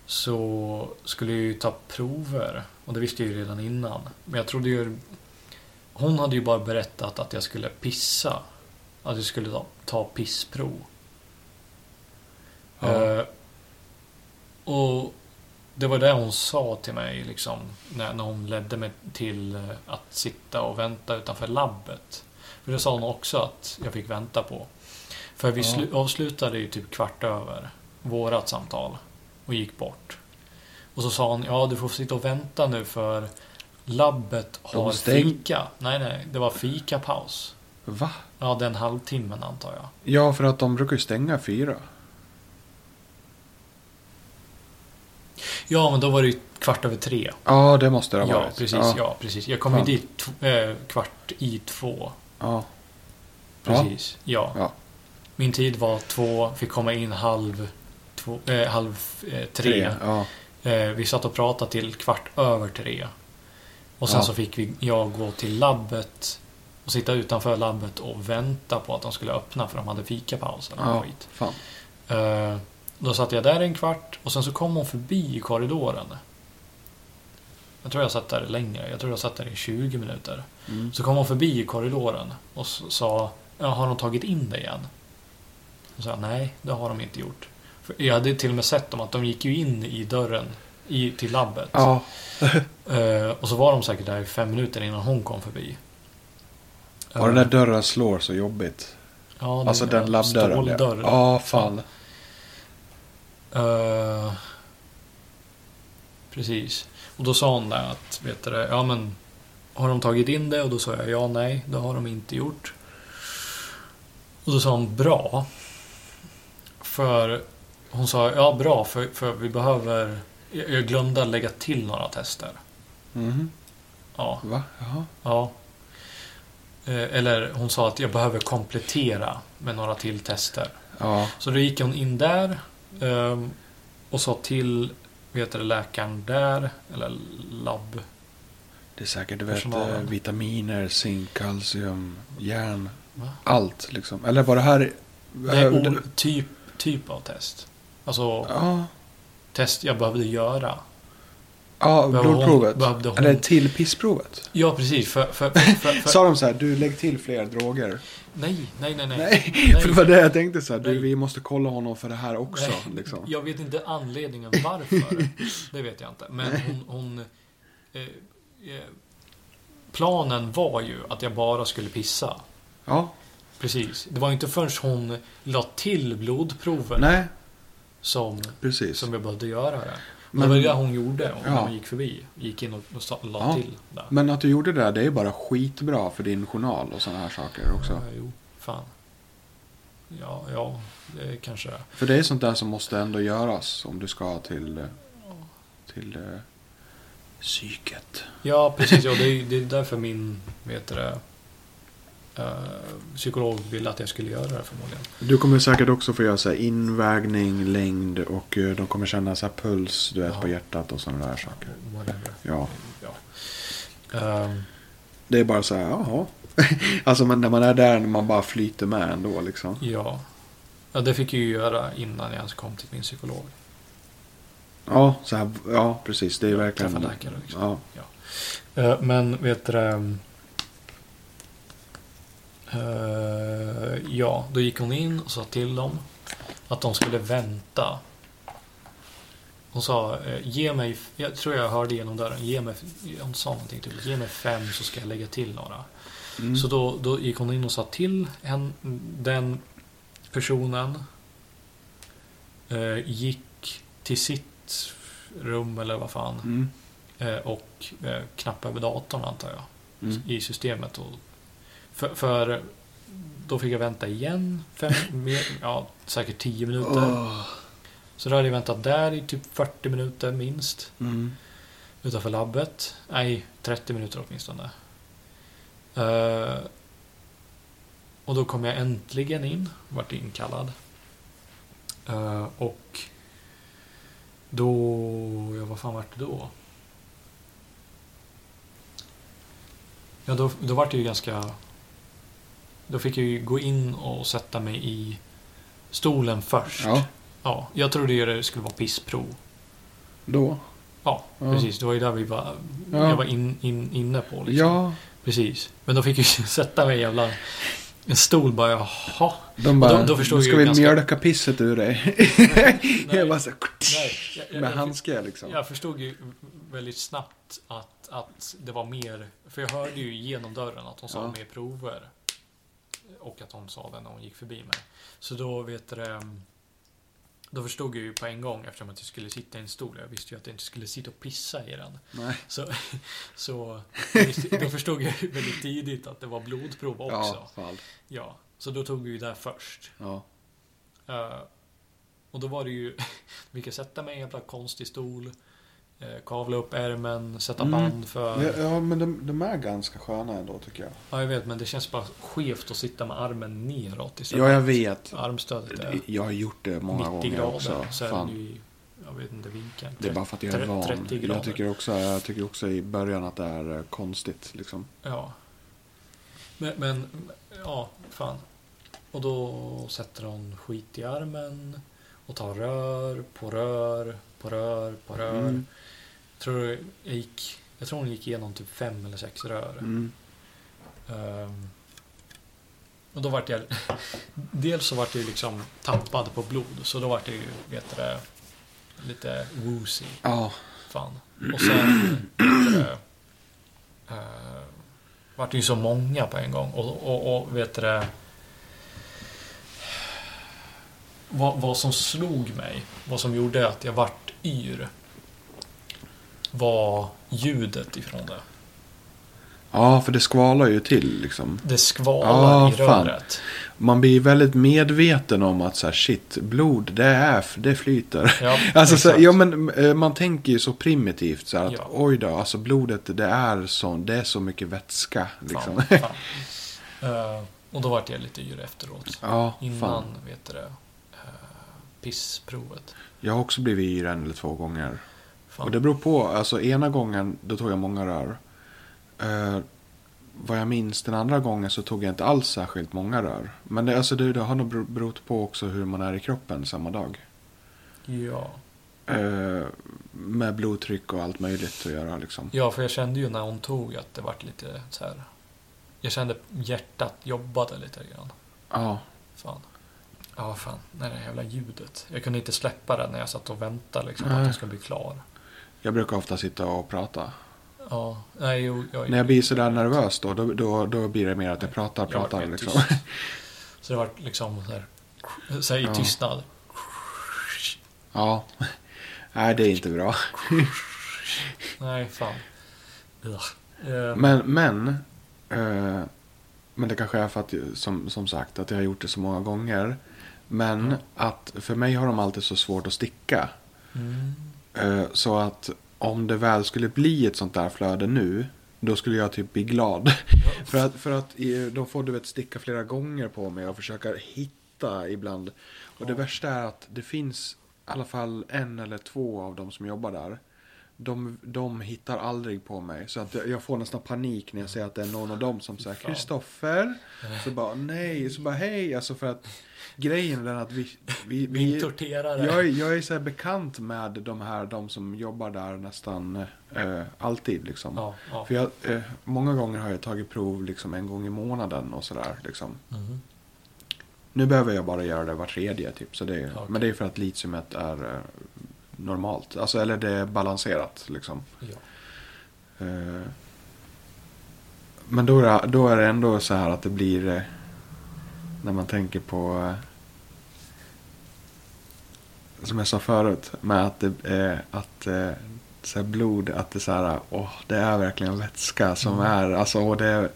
Speaker 2: så skulle jag ju ta prover. Och det visste jag ju redan innan. Men jag trodde ju... Hon hade ju bara berättat att jag skulle pissa. Att jag skulle ta, ta pissprov.
Speaker 1: Ja.
Speaker 2: Eh, och det var det hon sa till mig liksom, när, när hon ledde mig till eh, att sitta och vänta utanför labbet. För det sa hon också att jag fick vänta på. För vi
Speaker 1: Ja.
Speaker 2: slu- avslutade ju typ kvart över vårat samtal och gick bort. Och så sa hon, ja du får sitta och vänta nu för labbet
Speaker 1: De
Speaker 2: har
Speaker 1: stäng-
Speaker 2: fika. Nej, nej, det var fikapaus.
Speaker 1: Va?
Speaker 2: Ja, den halvtimmen antar jag.
Speaker 1: Ja, för att de brukar ju stänga fyra.
Speaker 2: Ja, men då var det ju kvart över tre.
Speaker 1: Ja, det måste det ha
Speaker 2: Ja,
Speaker 1: varit.
Speaker 2: precis.
Speaker 1: Ja.
Speaker 2: Ja. precis. Jag kom ju
Speaker 1: Fan.
Speaker 2: dit t- eh, kvart i två.
Speaker 1: Ja.
Speaker 2: Precis. Ja.
Speaker 1: Ja.
Speaker 2: Min tid var två, fick komma in halv, två, eh, halv eh, tre.
Speaker 1: Tre. Ja.
Speaker 2: Eh, vi satt och pratade till kvart över tre. Och sen
Speaker 1: Ja.
Speaker 2: så fick vi, jag gå till labbet och sitta utanför labbet och vänta på att de skulle öppna för de hade fikapaus eller
Speaker 1: ja,
Speaker 2: skit.
Speaker 1: fan.
Speaker 2: Eh, då satt jag där en kvart och sen så kom hon förbi i korridoren. Jag tror jag satt där längre. Jag tror jag satt där i 20 minuter.
Speaker 1: Mm.
Speaker 2: Så kom hon förbi i korridoren och s- sa "Ja, Har de tagit in dig igen? Hon sa nej, det har de inte gjort. För Jag hade till och med sett dem att de gick ju in i dörren i, till labbet.
Speaker 1: Ja.
Speaker 2: Eh, och så var de säkert där i fem minuter innan hon kom förbi. Eh,
Speaker 1: Och den där dörren slår så jobbigt.
Speaker 2: ja, den
Speaker 1: Alltså den labbdörren.
Speaker 2: Ståldörren.
Speaker 1: Ja, fan.
Speaker 2: Eh, precis. Och då sa hon där att, vet du det, ja men har de tagit in det? Och då sa jag ja, nej, det har de inte gjort. Och då sa hon bra. För hon sa ja, bra, för, för vi behöver, jag, jag glömde att lägga till några tester.
Speaker 1: Mhm.
Speaker 2: Ja,
Speaker 1: Va? Jaha.
Speaker 2: ja. Eh, Eller hon sa att jag behöver komplettera med några till tester.
Speaker 1: Ja.
Speaker 2: Så då gick hon in där ehm, och sa till vet du, läkaren där, eller labb.
Speaker 1: Det är säkert du vet,
Speaker 2: Personalen.
Speaker 1: eh, vitaminer, zink, kalcium, järn.
Speaker 2: Va?
Speaker 1: Allt liksom. Eller var det här...
Speaker 2: Det är o- typ, typ av test. Alltså
Speaker 1: Ja.
Speaker 2: test jag behövde göra.
Speaker 1: Ja,
Speaker 2: Behövde
Speaker 1: blodprovet.
Speaker 2: hon- behövde hon-
Speaker 1: Eller till pissprovet.
Speaker 2: Ja, precis. För, för, för, för, för,
Speaker 1: Sa de så här, du lägg till fler droger.
Speaker 2: nej, nej, nej, nej.
Speaker 1: Nej, för det var det jag tänkte så här, du
Speaker 2: Nej.
Speaker 1: vi måste kolla honom för det här också.
Speaker 2: Nej,
Speaker 1: Liksom.
Speaker 2: Jag vet inte anledningen varför. det vet jag inte. Men hon... hon eh, eh, planen var ju att jag bara skulle pissa.
Speaker 1: Ja,
Speaker 2: Precis. Det var inte förrän hon la till blodproven
Speaker 1: nej,
Speaker 2: som,
Speaker 1: precis.
Speaker 2: som jag behövde göra det. Men,
Speaker 1: Men-
Speaker 2: det var det hon gjorde och när
Speaker 1: Ja.
Speaker 2: man gick förbi. Gick in och, och sa- la
Speaker 1: Ja. Mm,
Speaker 2: till där.
Speaker 1: Men att du gjorde det där, det är bara skitbra för din journal och sådana här saker också.
Speaker 2: Ja, jo, fan. Ja, ja, det kanske det är.
Speaker 1: För det är sånt där som måste ändå göras om du ska till, eh, till eh, psyket.
Speaker 2: Ja, precis. Ja, det, är, det är därför min vet du, det, eh, psykolog ville att jag skulle göra det förmodligen.
Speaker 1: Du kommer säkert också få göra så här invägning, längd och eh, de kommer känna så här puls du vet,
Speaker 2: Ja.
Speaker 1: på hjärtat och sådana där saker.
Speaker 2: Whatever.
Speaker 1: Ja,
Speaker 2: Ja. Ehm,
Speaker 1: det är bara så här, jaha. alltså men när man är där, man bara flyter med ändå liksom.
Speaker 2: ja. ja, det fick jag ju göra innan jag ens kom till min psykolog.
Speaker 1: Ja, så här, ja precis. Det är verkligen...
Speaker 2: träffa läkare, liksom.
Speaker 1: Ja.
Speaker 2: Eh, Men vet du det, ehm, eh, Ja, då gick hon in och sa till dem att de skulle vänta. Hon sa, eh, ge mig, jag tror jag hörde genom dörren, ge mig, hon sa någonting typ, ge mig fem så ska jag lägga till några.
Speaker 1: Mm.
Speaker 2: Så då, då gick hon in och sa till en, den personen. Eh, gick till sitt rum eller vad fan.
Speaker 1: Mm.
Speaker 2: Eh, och eh, knappa över datorn antar jag.
Speaker 1: Mm.
Speaker 2: I systemet. Och, för, för då fick jag vänta igen. Fem, mer, ja, säkert 10 minuter.
Speaker 1: Åh.
Speaker 2: Så då hade jag väntat där i typ 40 minuter minst.
Speaker 1: Mm.
Speaker 2: Utanför labbet. Nej, 30 minuter åtminstone. Eh, och då kom jag äntligen in. Vart inkallad. Eh, och då... Ja, vad fan vart det då? Ja, då, då vart det ju ganska... Då fick jag ju gå in och sätta mig i stolen först.
Speaker 1: Ja,
Speaker 2: ja jag trodde ju det skulle vara pissprov.
Speaker 1: då.
Speaker 2: Ja,
Speaker 1: Ja.
Speaker 2: precis. Det var ju där vi var,
Speaker 1: Ja.
Speaker 2: jag var in, in, inne på. Liksom.
Speaker 1: Ja,
Speaker 2: Precis. Men då fick jag ju sätta mig i jävla en stol bara, jaha.
Speaker 1: de bara,
Speaker 2: då- då förstod
Speaker 1: nu
Speaker 2: jag
Speaker 1: ska
Speaker 2: ju
Speaker 1: vi
Speaker 2: ganska-
Speaker 1: mjölka pisset ur dig. jag bara så här,
Speaker 2: Nej, jag, jag,
Speaker 1: med
Speaker 2: jag,
Speaker 1: handske liksom.
Speaker 2: jag förstod ju väldigt snabbt att, att det var mer, för jag hörde ju genom dörren att hon sa
Speaker 1: Ja.
Speaker 2: mer prover. Och att hon sa det när hon gick förbi mig. Så då vet du det, då förstod jag ju på en gång eftersom att jag skulle sitta i en stol. Jag visste ju att jag inte skulle sitta och pissa i den.
Speaker 1: Nej.
Speaker 2: Så, så visst, då förstod jag ju väldigt tidigt att det var blodprov också.
Speaker 1: Ja,
Speaker 2: Ja.
Speaker 1: fall.
Speaker 2: så då tog vi ju det först.
Speaker 1: Ja.
Speaker 2: Eh, och då var det ju, vi kan sätta mig i en jävla konstig stol, eh, kavla upp ärmen, sätta
Speaker 1: Mm.
Speaker 2: band för...
Speaker 1: Ja, ja, men de, de är ganska sköna ändå tycker jag.
Speaker 2: Ja, jag vet, men det känns bara skevt att sitta med armen neråt istället.
Speaker 1: Ja, jag vet.
Speaker 2: Armstödet är
Speaker 1: Jag har gjort det många
Speaker 2: 90
Speaker 1: gånger
Speaker 2: grader,
Speaker 1: också.
Speaker 2: så är den
Speaker 1: Fan.
Speaker 2: ju i, jag vet inte vinkeln.
Speaker 1: Det är bara för att jag är
Speaker 2: tre-
Speaker 1: van.
Speaker 2: 30 grader.
Speaker 1: Jag tycker, också, jag tycker också i början att det är eh, konstigt. Liksom.
Speaker 2: Ja. Men, men, ja, fan. Och då sätter hon skit i armen och tar rör på rör på rör på rör.
Speaker 1: Mm.
Speaker 2: Jag, tror jag, gick, jag tror hon gick igenom typ fem eller sex rör.
Speaker 1: Mm.
Speaker 2: Ehm, Och då vart jag... Dels så vart jag ju liksom tappad på blod, så då vart jag ju, vet du det, lite woozy.
Speaker 1: Ja.
Speaker 2: Fan. Och sen... vet du det, eh, vart det ju så många på en gång. Och, och, och vet du det... Vad, vad som slog mig, vad som gjorde att jag vart yr, var ljudet ifrån det.
Speaker 1: Ja, för det skvalar ju till liksom.
Speaker 2: Det skvalar
Speaker 1: Ah,
Speaker 2: i
Speaker 1: fan.
Speaker 2: röret.
Speaker 1: Man blir väldigt medveten om att så här, shit, blod, det är, det flyter.
Speaker 2: Ja,
Speaker 1: Alltså, så,
Speaker 2: exakt.
Speaker 1: ja, men, eh, man tänker ju så primitivt så här, att
Speaker 2: Ja.
Speaker 1: oj då, alltså blodet det är, så, det är så mycket vätska. Liksom.
Speaker 2: Fan, fan. Eh, och då vart jag lite yr efteråt.
Speaker 1: Ja,
Speaker 2: Innan,
Speaker 1: fan.
Speaker 2: vet du det, eh, pissprovet.
Speaker 1: Jag har också blivit yr en eller två gånger.
Speaker 2: Fan.
Speaker 1: Och det beror på. Alltså ena gången då tog jag många rör. Eh, vad jag minns den andra gången så tog jag inte alls särskilt många rör. Men det, alltså, det, det har nog bero- berott på också hur man är i kroppen samma dag.
Speaker 2: ja.
Speaker 1: Eh, med blodtryck och allt möjligt att göra liksom.
Speaker 2: ja, för jag kände ju när hon tog att det vart lite så här. Jag kände hjärtat jobbade lite grann.
Speaker 1: Ja,
Speaker 2: Fan. Ja, fan. Det där jävla ljudet. Jag kunde inte släppa det när jag satt och väntade liksom, på
Speaker 1: Nej.
Speaker 2: att den skulle bli klar.
Speaker 1: jag brukar ofta sitta och prata.
Speaker 2: Ja, nej, jo, jag,
Speaker 1: När jag blir sådär nervös då, då, då, då blir det mer att jag pratar,
Speaker 2: Jag vart
Speaker 1: pratar
Speaker 2: helt
Speaker 1: liksom.
Speaker 2: tyst. Så det vart liksom så här, så här i
Speaker 1: Ja.
Speaker 2: tystnad.
Speaker 1: Ja. Nej, det är inte bra.
Speaker 2: Nej, fan. Ugh. Eh,
Speaker 1: Men, men, eh, men det kanske är för att, som, som sagt, att jag har gjort det så många gånger. Men att för mig har de alltid så svårt att sticka.
Speaker 2: mm,
Speaker 1: Eh, så att om det väl skulle bli ett sånt där flöde nu, då skulle jag typ bli glad. för att, för att eh, de får du vet sticka flera gånger på mig och försöka hitta ibland. Och det värsta är att det finns i alla fall en eller två av dem som jobbar där. De, de hittar aldrig på mig. Så att jag- jag får nästan panik när jag ser att det är någon av dem som säger
Speaker 2: Fan.
Speaker 1: Kristoffer. Så bara nej, så bara hej. Alltså för att grejen är den att vi... vi,
Speaker 2: min
Speaker 1: vi
Speaker 2: torterare.
Speaker 1: jag, är- jag är så här bekant med de här, de som jobbar där nästan eh, alltid liksom.
Speaker 2: Ja, ja.
Speaker 1: För jag, eh, många gånger har jag tagit prov liksom en gång i månaden och sådär liksom.
Speaker 2: Mhm.
Speaker 1: Nu behöver jag bara göra det var tredje typ. Så det är,
Speaker 2: Okej.
Speaker 1: Men det är för att litiumet är eh, normalt. Alltså eller det är balanserat liksom.
Speaker 2: Ja.
Speaker 1: Eh, men då är, det, då är det ändå så här att det blir eh, när man tänker på eh, som jag sa förut med att det eh, att eh, så här blod att det så här åh det är verkligen vätska som
Speaker 2: Mm.
Speaker 1: är alltså och det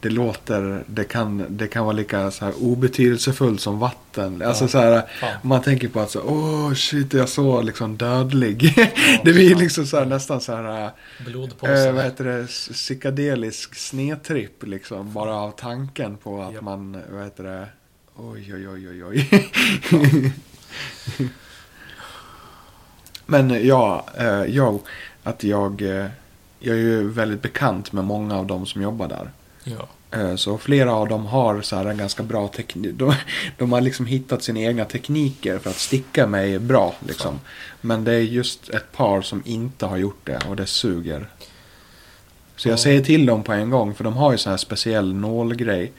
Speaker 1: det låter det kan det kan vara lika så här obetydelsefullt som vatten alltså
Speaker 2: Ja.
Speaker 1: så här
Speaker 2: Fan.
Speaker 1: man tänker på att så åh shit jag är så liksom dödlig det blir liksom så här nästan så här eh, Eh, vad
Speaker 2: Blodpåsen.
Speaker 1: heter det? S- Psykedelisk snedtripp liksom. Bara av tanken på att
Speaker 2: Japp.
Speaker 1: man, vad heter det? Oj, oj, oj, oj, oj. Men ja, eh, jo, att jag, eh, jag är ju väldigt bekant med många av de som jobbar där.
Speaker 2: Ja.
Speaker 1: Eh, Så flera av dem har så här en ganska bra teknik. De, de har liksom hittat sina egna tekniker för att sticka mig bra. Liksom. Men det är just ett par som inte har gjort det och det suger. Så jag
Speaker 2: Ja.
Speaker 1: säger till dem på en gång för de har ju sån här speciell nålgrej.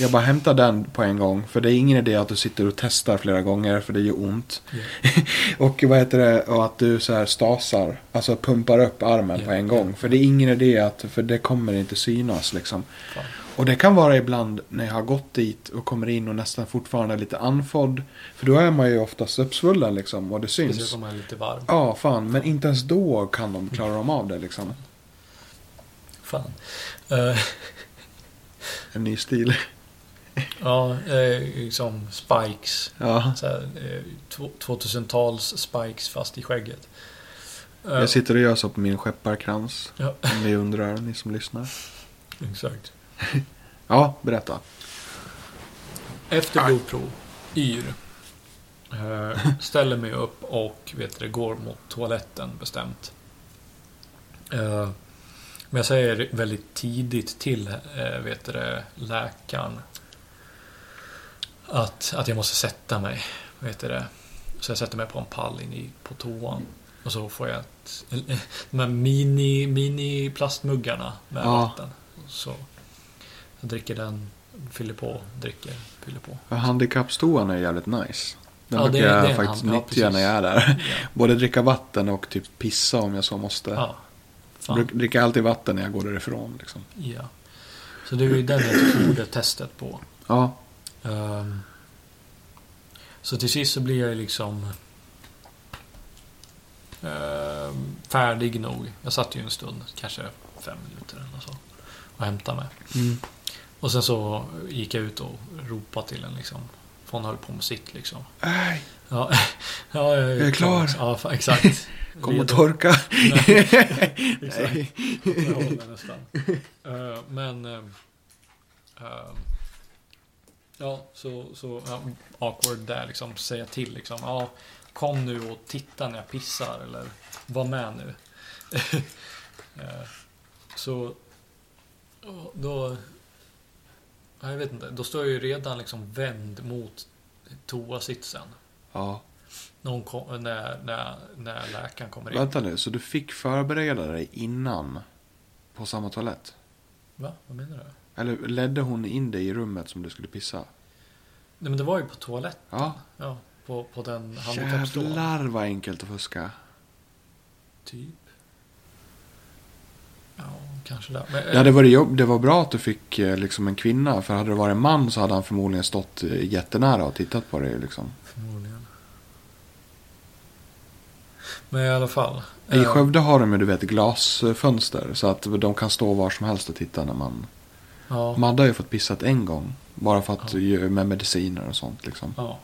Speaker 1: Jag bara hämtar den på en gång för det är ingen idé att du sitter och testar flera gånger för det gör ont.
Speaker 2: Ja.
Speaker 1: och vad heter det? Och att du så här stasar, alltså pumpar upp armen
Speaker 2: Ja.
Speaker 1: på en gång. För det är ingen idé att, för det kommer inte synas liksom.
Speaker 2: Fan.
Speaker 1: Och det kan vara ibland när jag har gått dit och kommer in och nästan fortfarande är lite andfådd. För då är man ju oftast uppsvullen liksom och det
Speaker 2: Precis
Speaker 1: syns.
Speaker 2: som man är lite varm.
Speaker 1: Ja, fan. Men inte ens då kan de klara dem av det liksom.
Speaker 2: Fan. Eh,
Speaker 1: En ny stil.
Speaker 2: ja, eh, liksom spikes.
Speaker 1: Ja.
Speaker 2: Så här, eh, tw- 2000-tals spikes fast i skägget. Eh,
Speaker 1: Jag sitter och gör så på min skepparkrans.
Speaker 2: Ja.
Speaker 1: Om ni undrar, ni som lyssnar.
Speaker 2: Exakt.
Speaker 1: Ja, berätta.
Speaker 2: Efter blodprov, yr. Eh, Ställer mig upp och vet du, går mot toaletten bestämt. Eh, Men jag säger väldigt tidigt till eh, vet du, det, läkaren att, att jag måste sätta mig. Vet du, det. så jag sätter mig på en pall in i, på toan. Och så får jag ett, de här mini, mini plastmuggarna med
Speaker 1: Ja.
Speaker 2: vatten. Så jag dricker den fyller på, dricker, fyller på.
Speaker 1: Ja, Handikappstoan är jävligt nice. Den
Speaker 2: Ja, det-
Speaker 1: brukar
Speaker 2: det är
Speaker 1: jag
Speaker 2: en
Speaker 1: faktiskt
Speaker 2: hand- ja,
Speaker 1: nyttja när jag är
Speaker 2: Ja.
Speaker 1: där. Både dricka vatten och typ pissa om jag så måste.
Speaker 2: Ja.
Speaker 1: Jag
Speaker 2: Fan.
Speaker 1: bruk- dricker alltid vatten när jag går därifrån. Liksom.
Speaker 2: ja. Så det är ju den jag gjorde testet på.
Speaker 1: Ja,
Speaker 2: Ehm, så till sist så blir jag ju liksom ehm, färdig nog. Jag satt ju en stund, kanske fem minuter eller något så, och hämtade mig.
Speaker 1: Mm.
Speaker 2: Och sen så gick jag ut och ropade till en liksom. För hon höll på med sitt liksom.
Speaker 1: Aj,
Speaker 2: Ja, ja jag
Speaker 1: Jag är klar.
Speaker 2: Ja, fa- exakt.
Speaker 1: kom och
Speaker 2: Redo.
Speaker 1: torka.
Speaker 2: Exakt.
Speaker 1: Nej.
Speaker 2: Åt det hållet nästan. Eh, men... eh, eh, ja, så, så ja, awkward där liksom. Säga till liksom. Ja, kom nu och titta när jag pissar eller var med nu. Eh, så och då... ja, Jag vet inte. Då står jag ju redan liksom vänd mot toasitsen.
Speaker 1: Ja,
Speaker 2: När, hon kom, när, när, när läkaren kommer in.
Speaker 1: vänta nu. Så du fick förbereda dig innan på samma toalett?
Speaker 2: Va? Vad menar du?
Speaker 1: Eller ledde hon in dig i rummet som du skulle pissa?
Speaker 2: Nej men det var ju på toaletten.
Speaker 1: Ja.
Speaker 2: Ja, på, på den handikappstolen.
Speaker 1: Jävlar vad enkelt att fuska.
Speaker 2: Typ. Ja, kanske det. Men,
Speaker 1: Ja, det, var jobb, det var bra att du fick eh, liksom en kvinna. För hade det varit en man så hade han förmodligen stått eh, jättenära och tittat på dig. Liksom.
Speaker 2: eh, Förmodligen. Men i alla fall.
Speaker 1: I
Speaker 2: eh,
Speaker 1: Skövde har de ju du vet glasfönster. Så att de kan stå var som helst och titta när man...
Speaker 2: eh, ja,
Speaker 1: Madde har ju fått pissat en gång. Bara för att
Speaker 2: Ja.
Speaker 1: ju- med mediciner och sånt liksom.
Speaker 2: ja,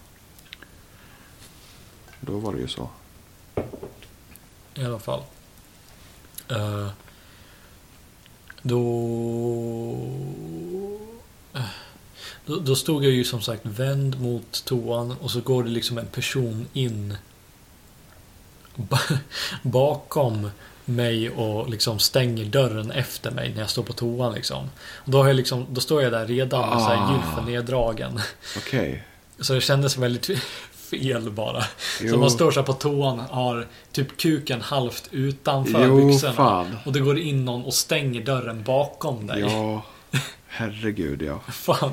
Speaker 1: Då var det ju så.
Speaker 2: i alla fall. Eh, då... eh, Då, då stod jag ju som sagt vänd mot toan och så går det liksom en person in ba- bakom mig och liksom stänger dörren efter mig när jag står på toan liksom. Och då, har jag liksom, då står jag där redan med så här
Speaker 1: Ah.
Speaker 2: gylfen neddragen.
Speaker 1: Okej.
Speaker 2: Så det kändes väldigt fel bara. Så man står så här på toan, har typ kuken halvt utanför
Speaker 1: jo
Speaker 2: byxorna.
Speaker 1: fan.
Speaker 2: Och det går in någon och stänger dörren bakom dig.
Speaker 1: Ja. Herregud ja.
Speaker 2: Fan.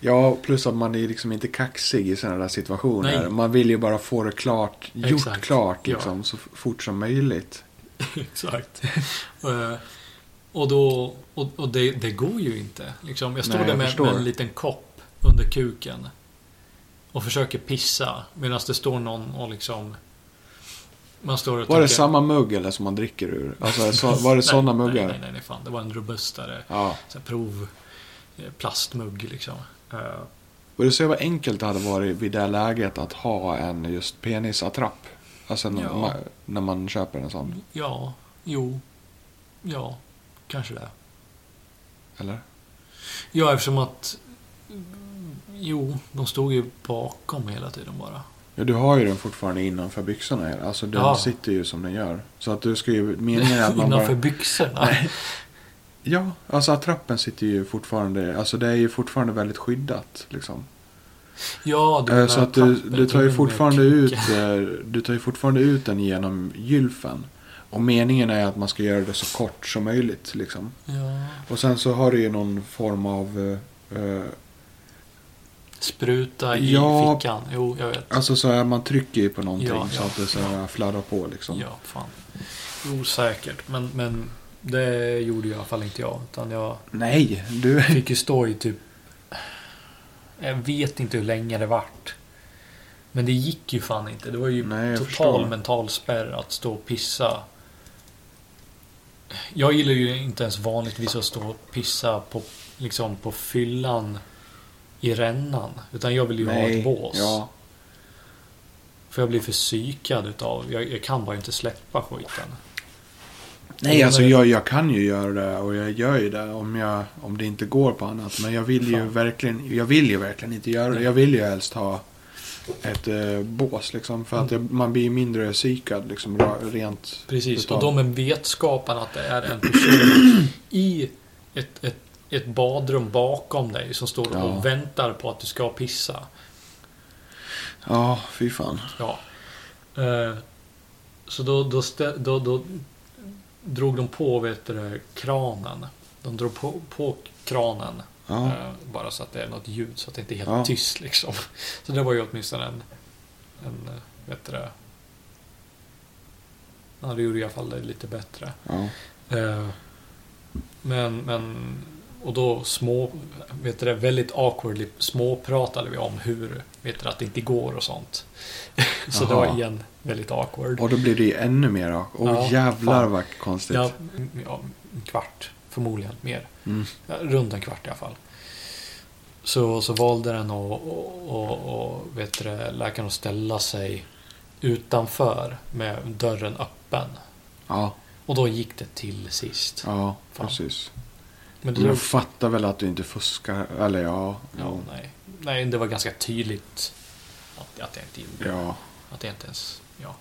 Speaker 1: Ja, plus att man är liksom inte kaxig i sådana där situationer.
Speaker 2: Nej.
Speaker 1: Man vill ju bara få det klart, gjort
Speaker 2: Exakt.
Speaker 1: klart
Speaker 2: Ja.
Speaker 1: liksom, så f- fort som möjligt.
Speaker 2: Exakt. Eh, och då, och, och det, det går ju inte. Liksom, jag står
Speaker 1: Nej, jag
Speaker 2: där med,
Speaker 1: förstår.
Speaker 2: med en liten kopp under kuken. Och försöker pissa. Medan det står någon och liksom... Man står och
Speaker 1: Var det
Speaker 2: tänker-
Speaker 1: samma mugg eller som man dricker ur? Alltså, så, var det
Speaker 2: Nej,
Speaker 1: sådana
Speaker 2: Nej,
Speaker 1: muggar?
Speaker 2: nej, nej, nej, fan. Det var en robustare
Speaker 1: Ja.
Speaker 2: så här, prov... eh, Plastmugg liksom. Eh,
Speaker 1: Och du ser vad enkelt det hade varit vid det här läget att ha en just penisattrapp. Alltså en,
Speaker 2: Ja.
Speaker 1: ma- när man köper en sån.
Speaker 2: ja, jo. Ja, kanske det.
Speaker 1: Eller?
Speaker 2: Ja, eftersom att... mm, Jo, de stod ju bakom hela tiden bara.
Speaker 1: Ja, du har ju den fortfarande innanför byxorna. här. Alltså den
Speaker 2: Ja.
Speaker 1: sitter ju som den gör. Så att du ska ju... Meningen är att man bara...
Speaker 2: Innanför byxorna.
Speaker 1: Ja, alltså attrappen sitter ju fortfarande... Alltså det är ju fortfarande väldigt skyddat liksom.
Speaker 2: Ja, du
Speaker 1: Eh, Så att du, du
Speaker 2: tappen,
Speaker 1: tar ju
Speaker 2: tummen
Speaker 1: fortfarande
Speaker 2: med
Speaker 1: ut
Speaker 2: kuken.
Speaker 1: eh, Du tar ju fortfarande ut den genom gylfen. Och meningen är att man ska göra det så kort som möjligt. Liksom.
Speaker 2: Ja.
Speaker 1: Och sen så har du ju någon form av... eh, eh,
Speaker 2: Spruta i
Speaker 1: Ja.
Speaker 2: fickan. Jo, jag vet.
Speaker 1: Alltså så här, man trycker ju på någonting
Speaker 2: Ja,
Speaker 1: så
Speaker 2: ja.
Speaker 1: att det så här fladdrar på liksom.
Speaker 2: Ja, fan. Osäkert, men, men det gjorde ju i alla fall inte jag. Utan jag
Speaker 1: Nej, du...
Speaker 2: fick ju stå i typ... Jag vet inte hur länge det vart. Men det gick ju fan inte. Det var ju
Speaker 1: Nej, jag
Speaker 2: total
Speaker 1: förstår.
Speaker 2: mental spärr att stå och pissa. Jag gillar ju inte ens vanligtvis att stå och pissa på, liksom på fyllan i rännan. Utan jag vill ju ha ett bås.
Speaker 1: Ja.
Speaker 2: För jag blir för psykad utav... Jag, jag kan bara inte släppa skiten.
Speaker 1: Nej,
Speaker 2: Ja,
Speaker 1: alltså
Speaker 2: men-
Speaker 1: jag, jag kan ju göra det och jag gör ju det om, jag, om det inte går på annat. Men jag vill ju,
Speaker 2: Fan.
Speaker 1: verkligen, jag vill ju verkligen inte göra det. Jag vill ju helst ha ett eh, bås liksom. För att
Speaker 2: Mm.
Speaker 1: det, man blir ju mindre psykad liksom ra- rent.
Speaker 2: Precis,
Speaker 1: utav-
Speaker 2: och de med vetskapen att det är en person i ett, ett, ett badrum bakom dig som står och
Speaker 1: Ja.
Speaker 2: väntar på att du ska pissa.
Speaker 1: Ja, fy fan.
Speaker 2: Ja. Eh, Så då, då, stä- då, då drog de på vet du, det, kranen. De drog på, på kranen
Speaker 1: Ja.
Speaker 2: Eh, Bara så att det är något ljud, så att det inte är helt
Speaker 1: Ja.
Speaker 2: tyst liksom. Så det var ju åtminstone en... en eh, vet du det? Ja, det gjorde i alla fall det lite bättre.
Speaker 1: Ja.
Speaker 2: Eh, Men, men... Och då små... Vet du det? Väldigt awkwardly småpratade vi om hur... Vet du att det inte går och sånt. så det
Speaker 1: Jaha.
Speaker 2: var igen väldigt awkward.
Speaker 1: Och då blir det ju ännu mer rak. Åh
Speaker 2: Ja,
Speaker 1: jävlar
Speaker 2: fan.
Speaker 1: vad konstigt.
Speaker 2: Ja, ja, en kvart. Förmodligen mer.
Speaker 1: Mm.
Speaker 2: Ja, Runt en kvart i alla fall. Så, så valde den att och, och, och, vet du, det, läkaren att ställa sig utanför med dörren öppen.
Speaker 1: Ja,
Speaker 2: Och då gick det till sist.
Speaker 1: ja
Speaker 2: Fan.
Speaker 1: precis.
Speaker 2: Men det
Speaker 1: Men jag fattar väl att du inte fuskar. Eller ja.
Speaker 2: ja, nej. nej, det var ganska tydligt att, att jag inte gjorde
Speaker 1: Ja.
Speaker 2: Att jag inte ens... Ja.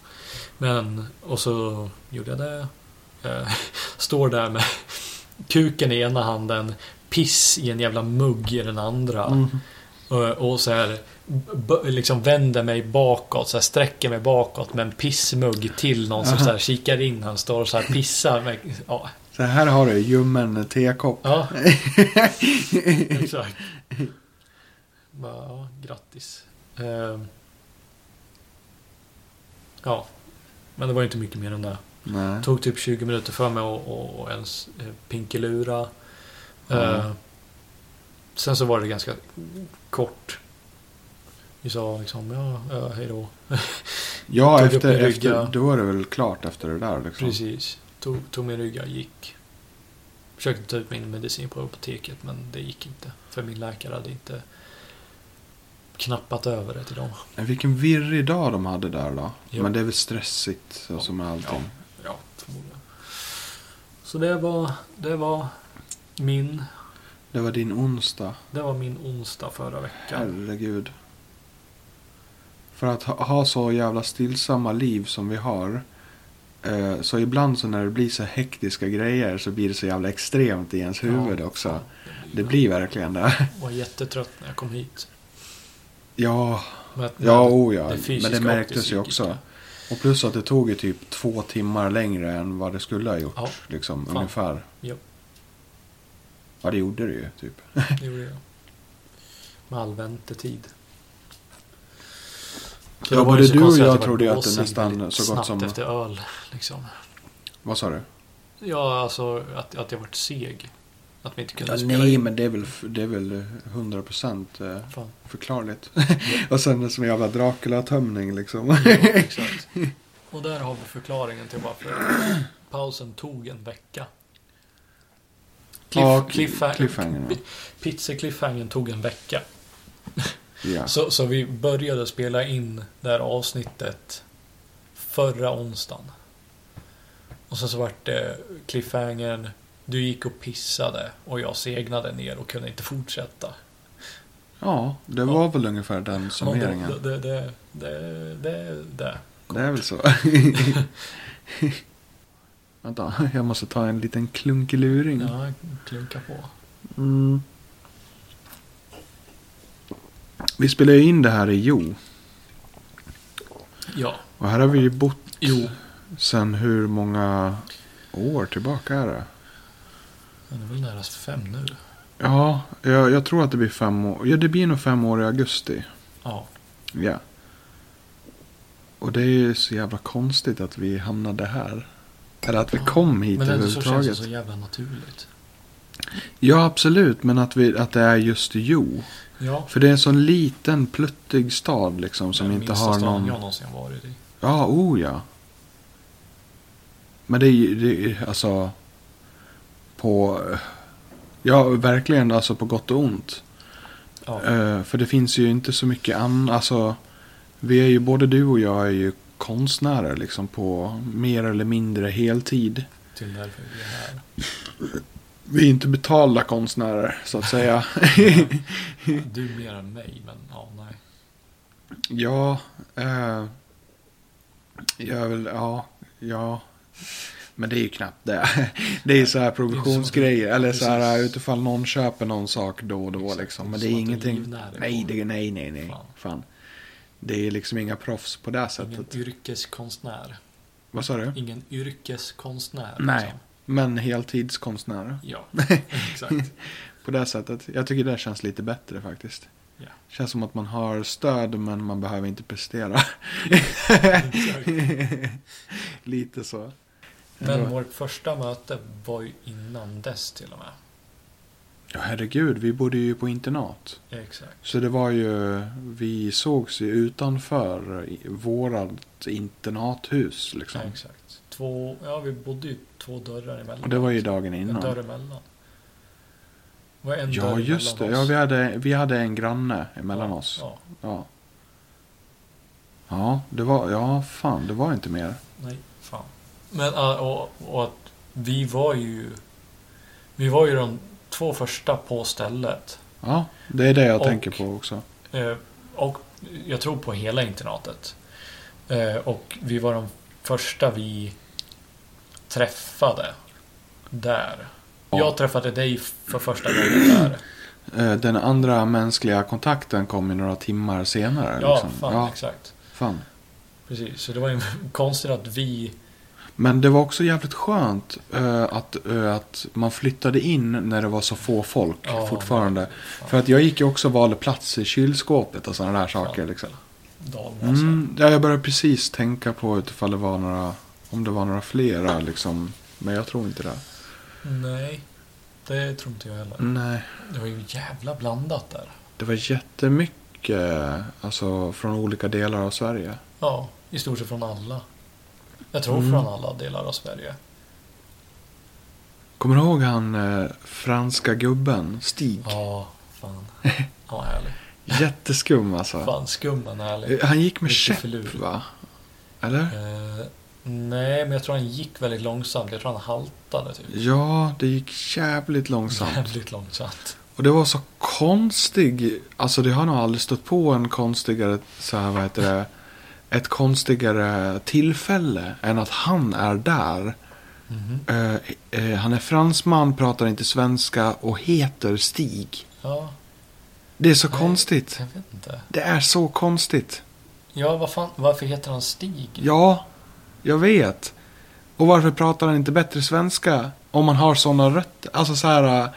Speaker 2: Men, och så gjorde jag det. Eh, Står där med kuken i ena handen, piss i en jävla mugg i den andra.
Speaker 1: Mm.
Speaker 2: Och, och så här, b- liksom vänder mig bakåt, så här, sträcker mig bakåt med en pissmugg till någon som så här, kikar in. Han står och så här, pissar. Med, ja,
Speaker 1: Så här har du ljummen tekopp.
Speaker 2: ja, exakt. Bara, ja, grattis. Ehm. ja, men det var ju inte mycket mer än det.
Speaker 1: Nej.
Speaker 2: tog typ 20 minuter för mig att- att att ens eh, pinkelura.
Speaker 1: Ja.
Speaker 2: Eh, sen så var det ganska kort. Vi sa liksom, ja, ja hej då.
Speaker 1: Ja,
Speaker 2: Tog upp
Speaker 1: efter,
Speaker 2: min
Speaker 1: efter,
Speaker 2: rygga.
Speaker 1: då är det väl klart efter det där. Liksom.
Speaker 2: Precis. Tog, tog min rygga och gick. Försökte ta ut min medicin på apoteket men det gick inte. För min läkare hade inte knappat över det till dem.
Speaker 1: Men Vilken virrig dag de hade där då.
Speaker 2: Ja.
Speaker 1: Men det är väl stressigt så
Speaker 2: Ja.
Speaker 1: som med allting.
Speaker 2: Ja, förmodligen. Så det var, det var min,
Speaker 1: Det var din onsdag.
Speaker 2: det var min onsdag förra veckan.
Speaker 1: Herregud. För att ha, ha så jävla stillsamma liv som vi har. Eh, så ibland så när det blir så hektiska grejer så blir det så jävla extremt i ens huvud också. Det blir verkligen det.
Speaker 2: Jag var jättetrött när jag kom hit.
Speaker 1: Ja,
Speaker 2: Men,
Speaker 1: ja,
Speaker 2: men
Speaker 1: oh ja.
Speaker 2: fysiska
Speaker 1: Men det
Speaker 2: och
Speaker 1: märktes ju
Speaker 2: psykiska.
Speaker 1: också. Och plus att det tog ju typ två timmar längre än vad det skulle ha gjort.
Speaker 2: Ja.
Speaker 1: Liksom,
Speaker 2: Fan.
Speaker 1: ungefär.
Speaker 2: Jo.
Speaker 1: Ja, det gjorde det ju typ.
Speaker 2: Det gjorde jag. Med all väntetid.
Speaker 1: Ja,
Speaker 2: Det var
Speaker 1: både
Speaker 2: ju så
Speaker 1: du och
Speaker 2: konstigt
Speaker 1: jag
Speaker 2: var
Speaker 1: trodde ju att det
Speaker 2: blåsigt
Speaker 1: nästan
Speaker 2: väldigt
Speaker 1: så gott som-
Speaker 2: Snabbt efter öl, liksom.
Speaker 1: Vad sa du?
Speaker 2: Ja, alltså att, att jag varit seg. Att vi inte kunde
Speaker 1: Ja,
Speaker 2: spela
Speaker 1: nej,
Speaker 2: in.
Speaker 1: men det är väl, det är väl 100 procent eh,
Speaker 2: Fan,
Speaker 1: förklarligt. och sen det som en jävla Dracula-tömning liksom.
Speaker 2: jo, exakt. Och där har vi förklaringen till varför pausen tog en vecka. Cliff,
Speaker 1: Ja,
Speaker 2: cliffha-
Speaker 1: cliffhangern, ja.
Speaker 2: Pizza-cliffhangern tog en vecka.
Speaker 1: ja.
Speaker 2: Så, så vi började spela in det här avsnittet förra onsdagen. Och sen så vart det cliffhangern. Du gick och pissade och jag segnade ner och kunde inte fortsätta.
Speaker 1: ja, det var väl ungefär den
Speaker 2: Ja,
Speaker 1: summeringen.
Speaker 2: Det, det, det, det, det, det.
Speaker 1: Det är väl så. Vänta, jag måste ta en liten klunkeluring.
Speaker 2: Mm. Ja, klunka på.
Speaker 1: Mm. Vi spelar ju in det här i Jo.
Speaker 2: Ja,
Speaker 1: Och här har vi ju bott
Speaker 2: jo.
Speaker 1: sen hur många år tillbaka är det?
Speaker 2: Men det är väl nära fem nu.
Speaker 1: Ja, jag, jag tror att det blir fem år. Ja, det blir nog fem år i augusti.
Speaker 2: Ja,
Speaker 1: Ja. Och det är ju så jävla konstigt att vi hamnade här. Eller att vi
Speaker 2: Ja,
Speaker 1: kom hit
Speaker 2: men ändå så känns det
Speaker 1: överhuvudtaget.
Speaker 2: så jävla naturligt.
Speaker 1: Ja, absolut. Men att, vi, att det är just Jo.
Speaker 2: Ja,
Speaker 1: För det är en sån liten pluttig stad liksom som
Speaker 2: den
Speaker 1: inte
Speaker 2: minsta
Speaker 1: har
Speaker 2: staden
Speaker 1: någon...
Speaker 2: jag någonsin har varit i.
Speaker 1: Ja, oh ja. Men det är ju, det är, ju, alltså... På... Ja, verkligen alltså på gott och ont.
Speaker 2: Ja,
Speaker 1: Eh, för det finns ju inte så mycket annat. Alltså, vi är ju, både du och jag är ju konstnärer liksom på mer eller mindre heltid.
Speaker 2: till därför vi är här.
Speaker 1: Vi är inte betalda konstnärer så att säga.
Speaker 2: Du mer än mig, men ja, nej.
Speaker 1: ja, eh, jag är väl, ja, ja. Men det är ju knappt det. Det är ju så här provisionsgrejer. Eller så här
Speaker 2: Precis.
Speaker 1: utifall någon köper någon sak då och då
Speaker 2: Exakt.
Speaker 1: liksom. Men
Speaker 2: Det
Speaker 1: det
Speaker 2: är
Speaker 1: är
Speaker 2: som att du
Speaker 1: ingenting.
Speaker 2: livnär dig
Speaker 1: Nej,
Speaker 2: på det.
Speaker 1: det, nej, nej, nej.
Speaker 2: Fan.
Speaker 1: Fan. Det är liksom inga proffs på det
Speaker 2: Ingen
Speaker 1: sättet.
Speaker 2: yrkeskonstnär.
Speaker 1: Vad sa du?
Speaker 2: Ingen yrkeskonstnär.
Speaker 1: Nej.
Speaker 2: Liksom.
Speaker 1: Men heltidskonstnärer.
Speaker 2: Ja, exakt.
Speaker 1: På det sättet. Jag tycker det känns lite bättre faktiskt.
Speaker 3: Ja.
Speaker 1: Känns som att man har stöd men man behöver inte prestera. lite så.
Speaker 2: Men
Speaker 1: ja,
Speaker 2: vårt första möte var ju innan dess till och med.
Speaker 1: Ja, herregud, vi bodde ju på internat.
Speaker 2: Exakt.
Speaker 1: Så det var ju, vi sågs ju utanför i- vårat internathus liksom.
Speaker 2: Exakt. Två, ja, vi bodde ju två dörrar emellan.
Speaker 1: Och det var ju dagen
Speaker 2: En dörr
Speaker 1: innan.
Speaker 2: emellan. Det var en
Speaker 1: Ja,
Speaker 2: dörr
Speaker 1: just det.
Speaker 2: emellan
Speaker 1: Ja,
Speaker 2: oss.
Speaker 1: vi hade, vi hade en granne emellan
Speaker 2: Ja,
Speaker 1: oss.
Speaker 2: Ja,
Speaker 1: Ja. Ja, det var, ja fan, det var inte mer.
Speaker 2: nej, fan. Men ja, och, och att vi var ju... Vi var ju de två första på stället.
Speaker 1: Ja, det är det jag
Speaker 2: Och-
Speaker 1: tänker på också.
Speaker 2: Eh, Och jag tror på hela internatet. Eh, Och vi var de första vi träffade där.
Speaker 1: Ja.
Speaker 2: Jag träffade dig för första gången där.
Speaker 1: Eh, Den andra mänskliga kontakten kom ju några timmar senare.
Speaker 2: Ja,
Speaker 1: liksom.
Speaker 2: fan,
Speaker 1: ja,
Speaker 2: exakt.
Speaker 1: fan.
Speaker 2: Precis, så det var ju konstigt att vi...
Speaker 1: Men det var också jävligt skönt eh, att, eh, att man flyttade in när det var så få folk
Speaker 2: Ja,
Speaker 1: fortfarande.
Speaker 2: fan.
Speaker 1: För att jag gick ju också och valde plats i kylskåpet och sådana där saker.
Speaker 2: Ja.
Speaker 1: Liksom.
Speaker 2: Dalmåsen.
Speaker 1: Mm, ja, jag började precis tänka på utifall det var några, om det var några flera. Liksom. Men jag tror inte det.
Speaker 2: Nej, det tror inte jag heller.
Speaker 1: Nej.
Speaker 2: Det var ju jävla blandat där.
Speaker 1: Det var jättemycket alltså, från olika delar av Sverige.
Speaker 2: Ja, i stort sett från alla. Jag tror
Speaker 1: Mm.
Speaker 2: från alla delar av Sverige.
Speaker 1: Kommer du ihåg han eh, franska gubben, Stig?
Speaker 2: Ja, fan. Han var härlig.
Speaker 1: Jätteskum alltså.
Speaker 2: Fan, skum men härlig.
Speaker 1: Eh, Han gick med
Speaker 2: Lite
Speaker 1: käpp
Speaker 2: förlur.
Speaker 1: va? Eller?
Speaker 2: Eh, nej, men jag tror han gick väldigt långsamt. Jag tror han haltade typ.
Speaker 1: Ja, det gick jävligt långsamt.
Speaker 2: Jävligt långsamt.
Speaker 1: Och det var så konstig, alltså det har nog aldrig stött på en konstigare, så här vad heter det, ett konstigare tillfälle än att han är där. Eh, eh, han är fransman, pratar inte svenska och heter Stig.
Speaker 2: Ja,
Speaker 1: Det är så
Speaker 2: Nej.
Speaker 1: konstigt.
Speaker 2: jag vet inte.
Speaker 1: Det är så konstigt.
Speaker 2: Ja, vad fan, varför heter han Stig?
Speaker 1: Ja, jag vet. Och varför pratar han inte bättre svenska om man har sådana rötter? Alltså så här äh,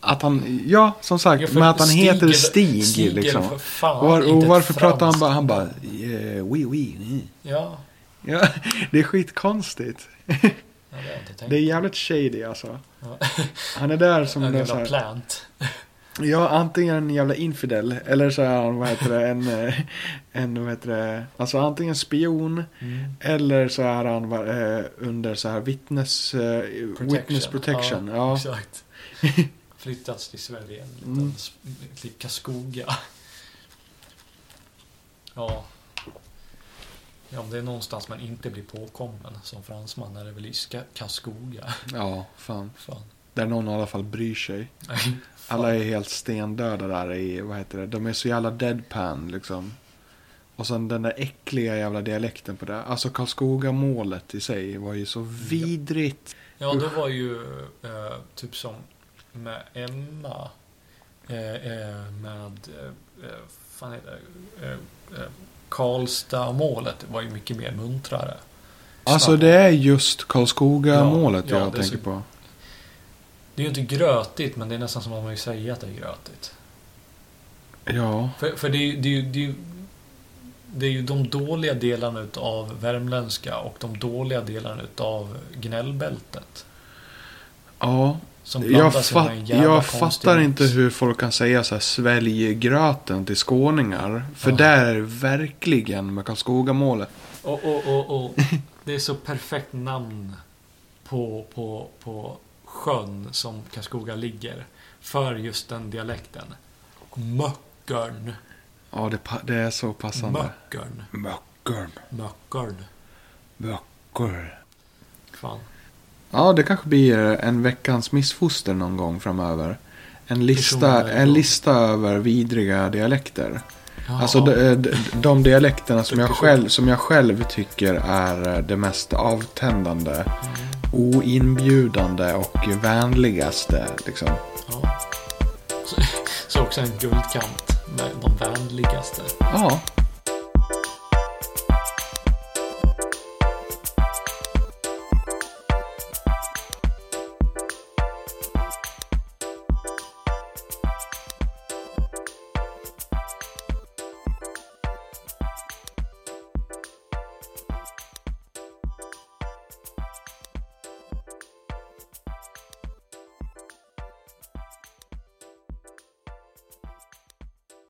Speaker 1: att han, ja som sagt,
Speaker 2: Ja, för
Speaker 1: men att han
Speaker 2: Stig
Speaker 1: heter
Speaker 2: är-
Speaker 1: Stig,
Speaker 2: Stig är
Speaker 1: liksom.
Speaker 2: för fan
Speaker 1: Och, var, och
Speaker 2: inte ett
Speaker 1: varför pratar han
Speaker 2: franskt
Speaker 1: bara, han bara, yeah, oui, oui. mm."
Speaker 2: Ja,
Speaker 1: Ja, det är skitkonstigt.
Speaker 2: ja, det har jag inte tänkt.
Speaker 1: Det är jävligt shady alltså.
Speaker 2: Ja.
Speaker 1: Han är där som
Speaker 2: en
Speaker 1: en så
Speaker 2: jävla
Speaker 1: här,
Speaker 2: plant.
Speaker 1: ja antingen en jävla infidel eller så är han, vad heter det, en, eh, en, vad heter det, alltså antingen spion Eller så är han va- eh, under så här vittnes, eh, witness protection. Ja,
Speaker 2: Exakt. Flyttats till Sverige, en liten
Speaker 1: Mm.
Speaker 2: s- klicka skoga. Ja. Ja, om det är någonstans man inte blir påkommen som fransman är det väl i Ska- Karlskoga.
Speaker 1: ja, fan.
Speaker 2: Fan.
Speaker 1: Där någon i alla fall bryr sig.
Speaker 2: Nej,
Speaker 1: Alla är helt stendöda där i, vad heter det, de är så jävla deadpan liksom. Och sen den där äckliga jävla dialekten på det. Alltså Karlskoga-målet i sig var ju så vidrigt.
Speaker 2: Ja, det var ju eh, typ som med Emma. Eh, eh, med, eh, eh, fan heter det? Eh, eh, Karlstad-målet var ju mycket mer muntrare.
Speaker 1: Alltså det är just Karlskoga-målet
Speaker 2: Ja, ja,
Speaker 1: jag
Speaker 2: det är så-
Speaker 1: tänker på.
Speaker 2: Det är ju inte grötigt, men det är nästan som att man vill säga att det är grötigt.
Speaker 1: Ja,
Speaker 2: För, för det, är, ju- det, är, ju- det, är, ju- det är ju de dåliga delarna utav värmländska och de dåliga delarna utav gnällbältet.
Speaker 1: ja.
Speaker 2: Som
Speaker 1: Jag,
Speaker 2: blandas i
Speaker 1: fat,
Speaker 2: en jävla
Speaker 1: jag
Speaker 2: konstig
Speaker 1: fattar
Speaker 2: mix.
Speaker 1: inte hur folk kan säga så här svälj gröten till skåningar. För
Speaker 2: Ja.
Speaker 1: där är det verkligen med Karlskoga-målet.
Speaker 2: Och, och, och, och det är så perfekt namn på, på, på sjön som Karlskoga ligger. För just den dialekten. Möckern.
Speaker 1: Ja, det, pa- det är så passande.
Speaker 2: Möckern.
Speaker 1: Möckern.
Speaker 2: Möckern.
Speaker 1: Möckern.
Speaker 2: Fan.
Speaker 1: Ja, det kanske blir en veckans missfoster någon gång framöver. En lista,
Speaker 2: Personliga
Speaker 1: en
Speaker 2: då.
Speaker 1: lista över vidriga dialekter.
Speaker 2: Ja.
Speaker 1: Alltså de, de, de dialekterna som jag,
Speaker 2: Tycker så.
Speaker 1: själv, som jag själv tycker är det mest avtändande, oinbjudande och vänligaste. Liksom.
Speaker 2: Ja. Så, så också en guldkant med de vänligaste.
Speaker 1: Ja,